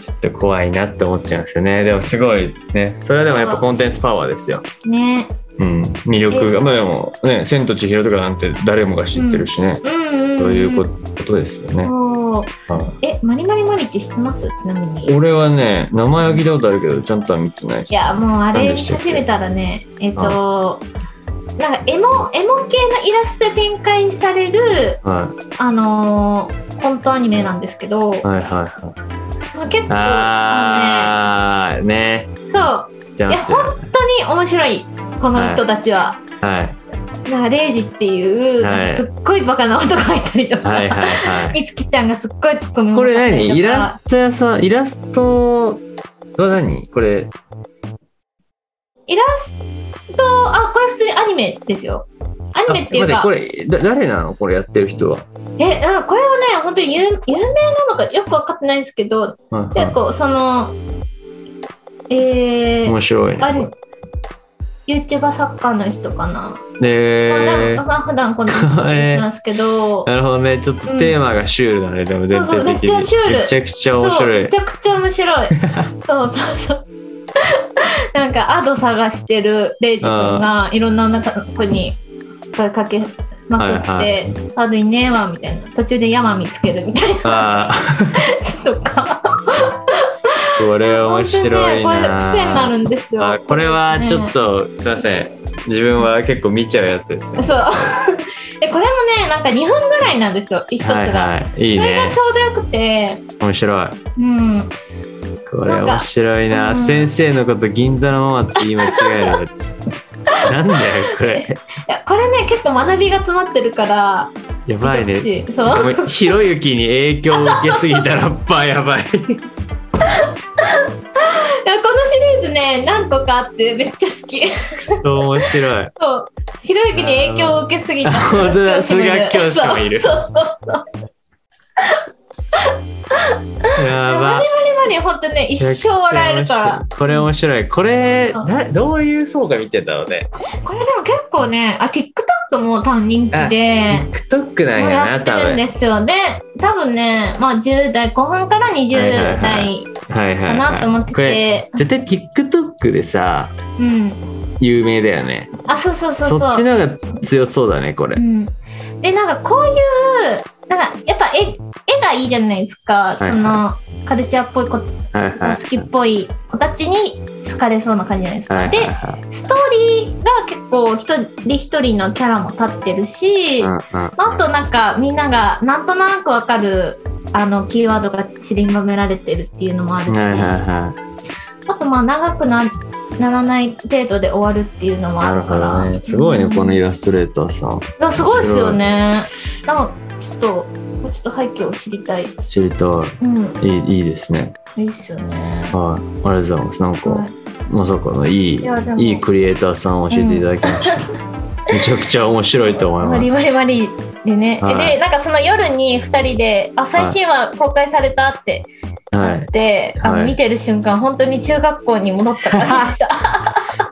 S1: ちょっと怖いなって思っちゃうんですよねでもすごいねそれはでもやっぱコンテンツパワーですよ
S2: ね。
S1: うん魅力がまあでもね「千と千尋」とかなんて誰もが知ってるしね、
S2: うんうん、うん。
S1: そういうこことですよね、
S2: そう
S1: はい
S2: え、マリマリマリって知ってますちなみに。い
S1: 俺はね名前は聞いたことあるけどちゃんとは見てないし
S2: や、もうあれ見
S1: 何でしたっけ
S2: 始めたらね、えっ、と、なんかエモ、エモ系のイラストで展開される、
S1: は
S2: あのーコントアニメなんですけど、
S1: い、はいはいはい
S2: まあ、結構、
S1: あ
S2: あ
S1: ーね
S2: のね、そう、
S1: 知ってますよね
S2: 本当に面白い、この人たちは。
S1: はい
S2: なんかレイジっていう、
S1: はい
S2: なんかすっごいバカな男がいたりとか、
S1: はいはいはい
S2: みつきちゃんがすっごいツッコミを
S1: これ
S2: 持ったりと
S1: 何
S2: か
S1: イラスト屋さんイラストこれ何これ、
S2: イラスト、あ、これ普通にアニメですよ。アニメっていう
S1: あ
S2: か、
S1: 待ってこれだ、誰なのこれやってる人は。
S2: え、あこれはね、本当に有有名なのかよく分かってないんですけど、
S1: うん
S2: 結構その、
S1: う
S2: え
S1: ん面
S2: ー、
S1: 白い
S2: あれ
S1: ね。、
S2: YouTuber 作家の人かな。
S1: で、
S2: まあ普段この人なんですけど、
S1: なるほどね。ちょっとテーマがシュールだね、でも全
S2: そうそう
S1: 体的に。
S2: めっちゃシュール
S1: めちゃくちゃ面
S2: そう
S1: 白
S2: め
S1: い。
S2: ちゃくちゃ 面白いそうそうそう なんかアド探してるレイジ君がいろんな中子に声かけまくって「
S1: はいはい
S2: アドいねえわ」みたいな途中で山見つけるみたいな
S1: ああ、
S2: やつとか
S1: これ面白い
S2: 本当にねこれ癖にな
S1: な。
S2: るんですよ
S1: あこれはちょっと、すいません。自分は結構見ちゃうやつですね。
S2: そう でこれもねなんか2分ぐらいなんですよ一つが、
S1: はいはい。いい
S2: それが
S1: ね
S2: ち。ょうどよくて
S1: 面白い。
S2: うん
S1: これ面白いな
S2: なんかうん
S1: 先生のこと銀座のママって言い間違えるや つなんだよこれ
S2: いやこれね結構学びが詰まってるから
S1: やばいね
S2: 見
S1: し
S2: てほしいそう
S1: かもひろゆきに影響を受けすぎたラッパーやばい
S2: いやこのシリーズね何個かあってめっちゃ好き
S1: そう面白い
S2: そうひろゆきに影響を受けすぎた
S1: あー本当だ
S2: 数学教師
S1: 数学教師もいる
S2: そうそうそうそう
S1: や
S2: 我
S1: ば
S2: 々はね本当ね一生笑えるから
S1: これ面白いこれ
S2: そう
S1: などういう層が見てたのね
S2: これでも結構ねあ TikTok も多分人気で
S1: TikTok なん
S2: も
S1: や
S2: うや
S1: な
S2: って
S1: 多
S2: るん
S1: 分
S2: ですよで多分ねまあ10代後半から
S1: はいはい
S2: 20
S1: は
S2: 代
S1: はいは
S2: か
S1: い、
S2: なと思っ
S1: は
S2: て
S1: い、
S2: て、
S1: これ絶対 TikTok でさ
S2: うん
S1: 有名だよね
S2: あそうそうそう
S1: そうっちの方が強そうだねこれ、
S2: うん、でなんかこういうなんかやっぱ絵絵がいいじゃないですか、
S1: いはい
S2: そのカルチャーっぽいこと
S1: はいはい
S2: 好きっぽい子たちに好かれそうな感じじゃないですか。
S1: はいはい
S2: で
S1: はい
S2: ストーリーが結構一人一人のキャラも立ってるし、
S1: うんうんう
S2: ま
S1: ん
S2: あ、あとなんかみんながなんとなくわかるあのキーワードが散りばめられてるっていうのもあるし、
S1: はいはいはい
S2: あとまあ長くなならない程度で終わるっていうのもあ
S1: なる
S2: る
S1: ほ
S2: から。
S1: どね。すごいね、
S2: うん
S1: このイラストレーターさん。
S2: いやすごいですよね。なんかちょっともうちょっと背景を知りたい。
S1: 知りた
S2: うん、
S1: い。いいいいですね。
S2: いいっすよね。
S1: はい。ありがとうございます。なんか、
S2: はい
S1: まさかのいい
S2: いやでも
S1: いいクリエイターさんを教えていただきました。めちゃくちゃ面白いと思い
S2: バリ
S1: ま
S2: バ
S1: す。
S2: リバリでね、
S1: はい
S2: でなんかその夜に2人で「あ最新話公開された」って
S1: は
S2: なっ
S1: い。
S2: て、あ
S1: は
S2: の
S1: い
S2: 見てる瞬間本当に中学校に戻った感じでした。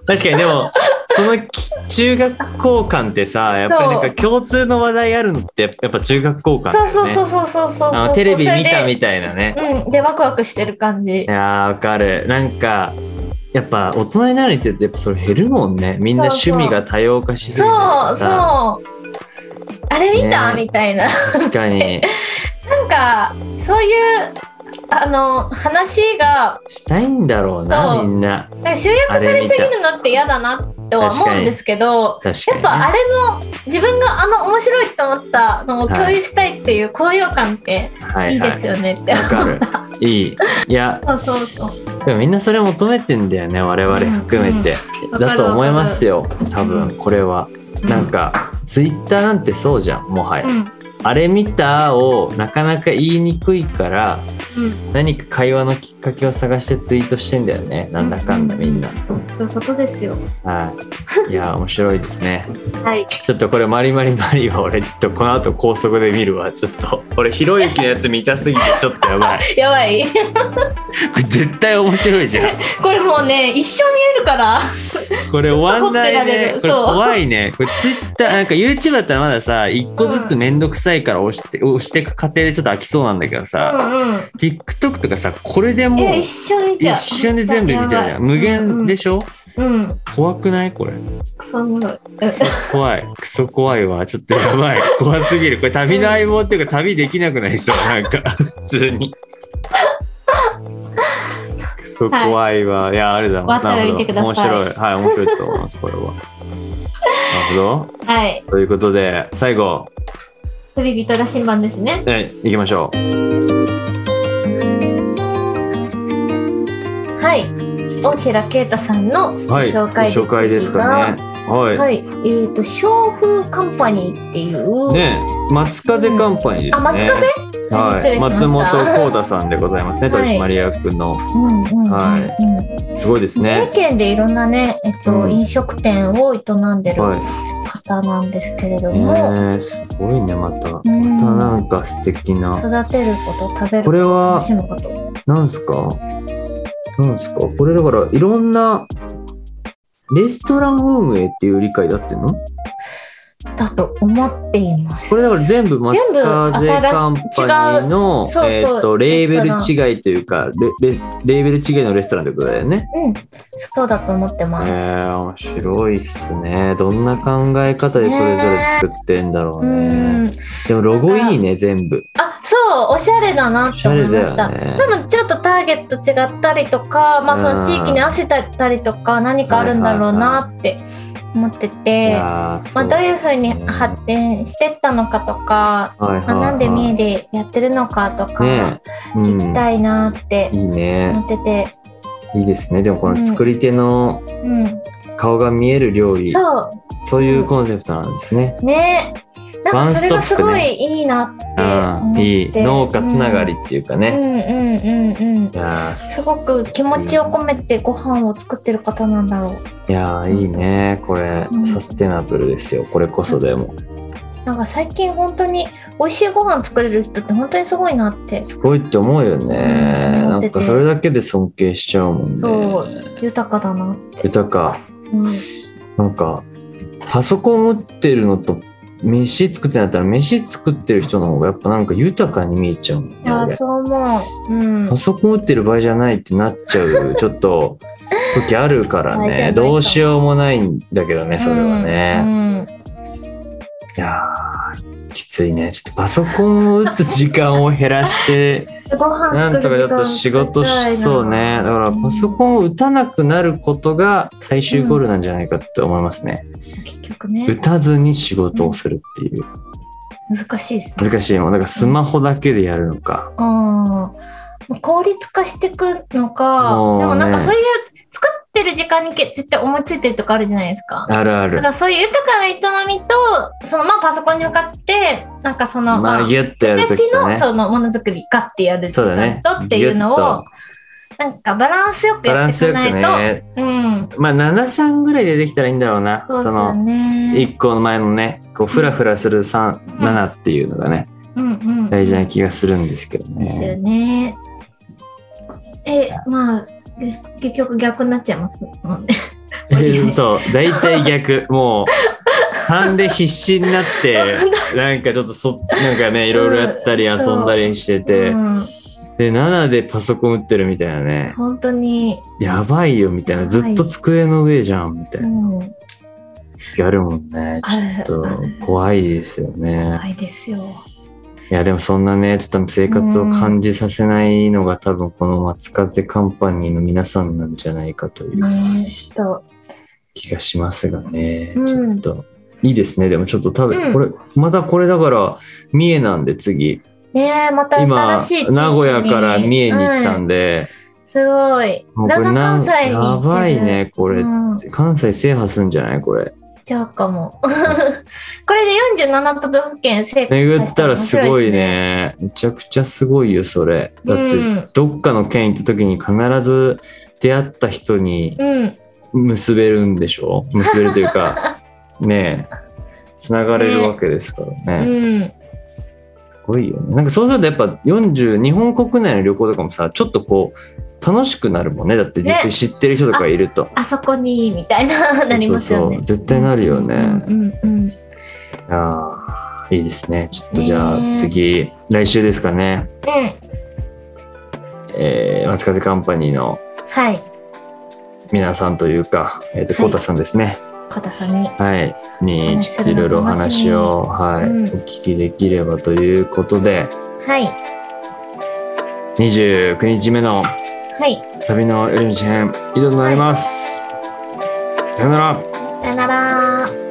S1: 確かにでも、そのき中学校間ってさ、やっぱりなん
S2: そ
S1: か
S2: う
S1: 共通の話題あるのってやっぱやっぱ中学校間だよ
S2: そ
S1: ね。
S2: うそうそうそうそうそ
S1: あ
S2: うそ
S1: の
S2: う
S1: テレビ見た
S2: それで
S1: みたいなね。
S2: うん、でワクワクしてる感じ
S1: いやーわかるなんかやっぱ大人になるにつれてやっぱそれ減るもんねみんな
S2: そ
S1: 趣
S2: うそう
S1: 味が多様化しすぎて
S2: そうそう
S1: さ
S2: あれ見た、
S1: ね
S2: みたいな
S1: 確かに
S2: なんかそういうあの話が
S1: したいんだろうな
S2: そう
S1: みんな
S2: なんか集約されすぎるのって嫌だなとは思うんですけど
S1: 確か
S2: や
S1: に
S2: っぱあれの自分があの面白いと思ったのを共有したいっていう高揚感って
S1: はい
S2: いですよねって、
S1: わかるいいいや
S2: そうそうそう
S1: でもみんなそれ求めてんだよね我々含めて、
S2: うん
S1: だと思いますよ多
S2: わかる
S1: 分これは、
S2: うん
S1: なんかツイッターなんてそうじゃんもはや、
S2: うん
S1: あれ見たをなかなか言いにくいから
S2: う
S1: 何か会話のきっかけを探してツイートしてんだよねなんだかんだみんな、
S2: んそういうことですよ
S1: はいいやー面白いですね
S2: はい
S1: ちょっとこれマリマリマリは俺ちょっとこの後高速で見るわちょっと俺ひろゆきのやつ見たすぎてちょっとやばい
S2: やばい
S1: これ 絶対面白いじゃん
S2: これもうね一生見れるから
S1: これ終わんないね
S2: ずっと掘ってられる
S1: これ
S2: そう
S1: 怖いねこれツイッターなんか YouTube だったらまださ一個ずつめんどくさいから押して押してく過程でちょっと飽きそうなんだけどさ、
S2: うんうん
S1: TikTok とかさこれでも
S2: いうや一瞬見ちゃう
S1: 一瞬で全部見ちゃうじゃん無限で
S2: し
S1: しょ、
S2: ょうん、うん
S1: 怖くないこれ
S2: クソおもろい
S1: 怖い。クソ怖いわ。ちょっとやばい。怖すぎる。これ旅の相棒っていうか旅できなくなりそう。なんか、普通に。クソ怖いわ。い、や、ありがとうございます。
S2: 終わったら
S1: なるほど
S2: 見
S1: 面
S2: てくだ
S1: 白い。はい、面白いと思います、これは。なるほ
S2: うん はい
S1: ど。ということで、最後、
S2: 旅人羅針盤ですね
S1: え行きましょう。
S2: はい大平啓太さんのご
S1: はい、
S2: 紹介ですが、
S1: 紹介ですかね。は
S2: はい、えっ、と、商風カンパニーっていう。
S1: い。ね松風カンパニーですね。
S2: あ松風は
S1: は
S2: い
S1: い、
S2: 失
S1: 松
S2: 礼しま
S1: 本
S2: した
S1: 幸太さんでございますね、
S2: はい
S1: 取締役の。
S2: うんうんうん
S1: は
S2: うん
S1: すごいです
S2: 三重
S1: ね。
S2: 県でいろんなね、えっと
S1: うん
S2: 飲食店を営んでる
S1: はい。
S2: 方なんですけれど
S1: え
S2: も、
S1: ー、すごいね、また。また
S2: ん
S1: なんか素敵な。
S2: 育てること食べる
S1: こ
S2: こ
S1: れ
S2: と
S1: は
S2: 楽、しむこと
S1: なんすかなんすかこれだから、いろんな、レストラン運営っていう理解だってんの
S2: だと思っています。
S1: これだから全部松風
S2: 全部新しい
S1: カンパニーの
S2: 違うそうそう
S1: えーとレーベル
S2: レス
S1: 違いというかレレレーベル違いのレストランということだよね。
S2: うん、そうだと思って
S1: え
S2: ます。
S1: ー、面白いっすね。どんな考え方でそれぞれ作ってんだろう
S2: う
S1: ね。
S2: ん、
S1: でもロゴいいね全部。
S2: あ、そう、おしゃれだなって思いました。
S1: おしゃれだよね
S2: 多分ちょっとターゲット違ったりとか、まあその地域に合わせたりとか、何かあるんだろうなって思って
S1: い
S2: て、
S1: やー
S2: まあどういう風に
S1: そうですね
S2: 発展してったのかとか、
S1: はいはいはい
S2: あなんで三重でやってるのかとか
S1: ねえ、うん
S2: 聞きたいなって
S1: いい
S2: 思
S1: ね。
S2: ってて、
S1: いいですね。でもこの作り手の
S2: うん、
S1: 顔が見える料理、
S2: そ
S1: そういうコンセプトなんですね。
S2: うねなんかそれがすご
S1: ワンストップ
S2: い
S1: ね
S2: いいなって思
S1: あ
S2: っ
S1: あ、
S2: て
S1: いい。農家つながり
S2: ね、
S1: っていうか
S2: うん、
S1: ね。
S2: うんうんうんうん
S1: いやー
S2: すごく気持ちを込めてご飯を作ってる方なんだろう
S1: いやーいいねこれ、
S2: うん
S1: サステナブルですよこれこそでも
S2: なんか最近本当に美味しいご飯作れる人って本当にすごいなって
S1: すごいって思うよね、
S2: うん
S1: な
S2: 思って
S1: ん
S2: て
S1: かそれだけで尊敬しちゃうもん
S2: そ
S1: ね
S2: 豊かだなって、
S1: 豊か
S2: うん、
S1: なんかパソコン持ってるのと飯作ってなったら飯作ってる人の方がやっぱなんか豊かに見えちゃうもんね
S2: いや
S1: 俺
S2: そう思う、うん
S1: パ、ソコン打ってる場合じゃないってなっちゃ うちょっと時あるから
S2: 場合じゃな
S1: ね
S2: いと
S1: どうしようもないんだけどねそれはね、
S2: うんうん
S1: いやーきついねちょっとパソコンを打つ時間を減らして
S2: ご飯
S1: なん
S2: 作る時間
S1: とかちょっと仕事しそうね。だからパソコンを打たなくなることが最終ゴールなんじゃないかって思いますね。
S2: ン結
S1: 打
S2: 局ね
S1: たずに仕事をするっていう。
S2: 難しいですね
S1: 難しいもん。だからスマホだけでやるのか。
S2: ああ効率化していくのか
S1: もうね
S2: でもなんかそういう作ってる時間にけ絶対思いついてるとかあるじゃないですか。
S1: あるあ
S2: だ
S1: る
S2: か。らそういう豊かな営みとそのまあパソコンに向かってなんかその
S1: まあ、
S2: まあ
S1: ギュッとやると
S2: 私
S1: き
S2: たち
S1: と
S2: の
S1: ね。
S2: そのものづくりガッてやる時
S1: そうだ
S2: 間
S1: ね
S2: と。っていうの
S1: ギュッ
S2: を
S1: と
S2: なんかバランスよく
S1: バ
S2: や
S1: ラ
S2: って
S1: ン
S2: い
S1: スよ
S2: か
S1: く
S2: ないと、
S1: ね。
S2: うん
S1: まあ、73ぐらいでできたらいいんだろうな。
S2: そうで
S1: そ
S2: す
S1: の、
S2: よね。
S1: 1個の前のね、こう、フラフラする3、7っていうのがね、
S2: うんうん
S1: 大事な気がするんですけど
S2: です
S1: ね。
S2: よね。え、まあ、げ結局逆になっちゃいますもんね。
S1: そう、大体逆。もう、勘で必死になって、なんかちょっとそ、なんかね、いろいろやったり
S2: うん
S1: 遊んだりしてて、
S2: うん、
S1: で、7でパソコン打ってるみたいなね、
S2: 本当に、
S1: やばいよみたいな、
S2: やば
S1: ず
S2: い、
S1: っと机の上じゃんみたいうなん時あるもんね。
S2: ある
S1: ちょっと怖いですよね。
S2: 怖いですよ。
S1: いや、でもそんなね、ちょっと生活を感じさせないのが多分この松風カンパニーの皆さんなんじゃないかという。
S2: ねちょっ
S1: 気がしますがね、
S2: うん
S1: ちょっといいですねでもちょっと多分、
S2: うん
S1: これまたこれだから三重なんで次
S2: と、ねえまた
S1: 今
S2: 新しい地域に
S1: 名古屋から三重に行ったんで、
S2: うんすごい。
S1: もう
S2: だんだん
S1: なん
S2: 関西に
S1: や
S2: 行ってる
S1: ばいねこれ、
S2: うん、し
S1: 関西制覇すんじゃないこれ
S2: ちゃうかも。 これで47都道府県制覇
S1: 巡ったらすごいねめちゃくちゃすごいよそれだって、
S2: うん
S1: どっかの県行った時に必ず出会った人に
S2: うん。
S1: 結べるんでしょ結べるという かねえつながれるわけですからね
S2: うん。
S1: すごいよね。なんかそうするとやっぱ40日本国内の旅行とかもさちょっとこう楽しくなるもんねだって実際
S2: ね
S1: 知ってる人とかいると、
S2: あそこに、みたいな、なりますよね。
S1: 絶対なるよね、
S2: うんうんうんうん。
S1: あーいいですねちょっとじゃ
S2: ね
S1: あ
S2: え
S1: 次、来週ですかね
S2: うん
S1: えー、松風カンパニーの
S2: はい、
S1: 皆さんというか、えーと
S2: はい
S1: コウタさんですね
S2: 小田さんに。
S1: はい、にちょっと
S2: お話しする
S1: い
S2: の
S1: ろいろお
S2: 楽しみ
S1: 話を、はい
S2: うん
S1: お聞きできればということで
S2: はい、
S1: 29日目の
S2: はい、
S1: 旅の寄り道編以上となります、さよなら
S2: さよなら。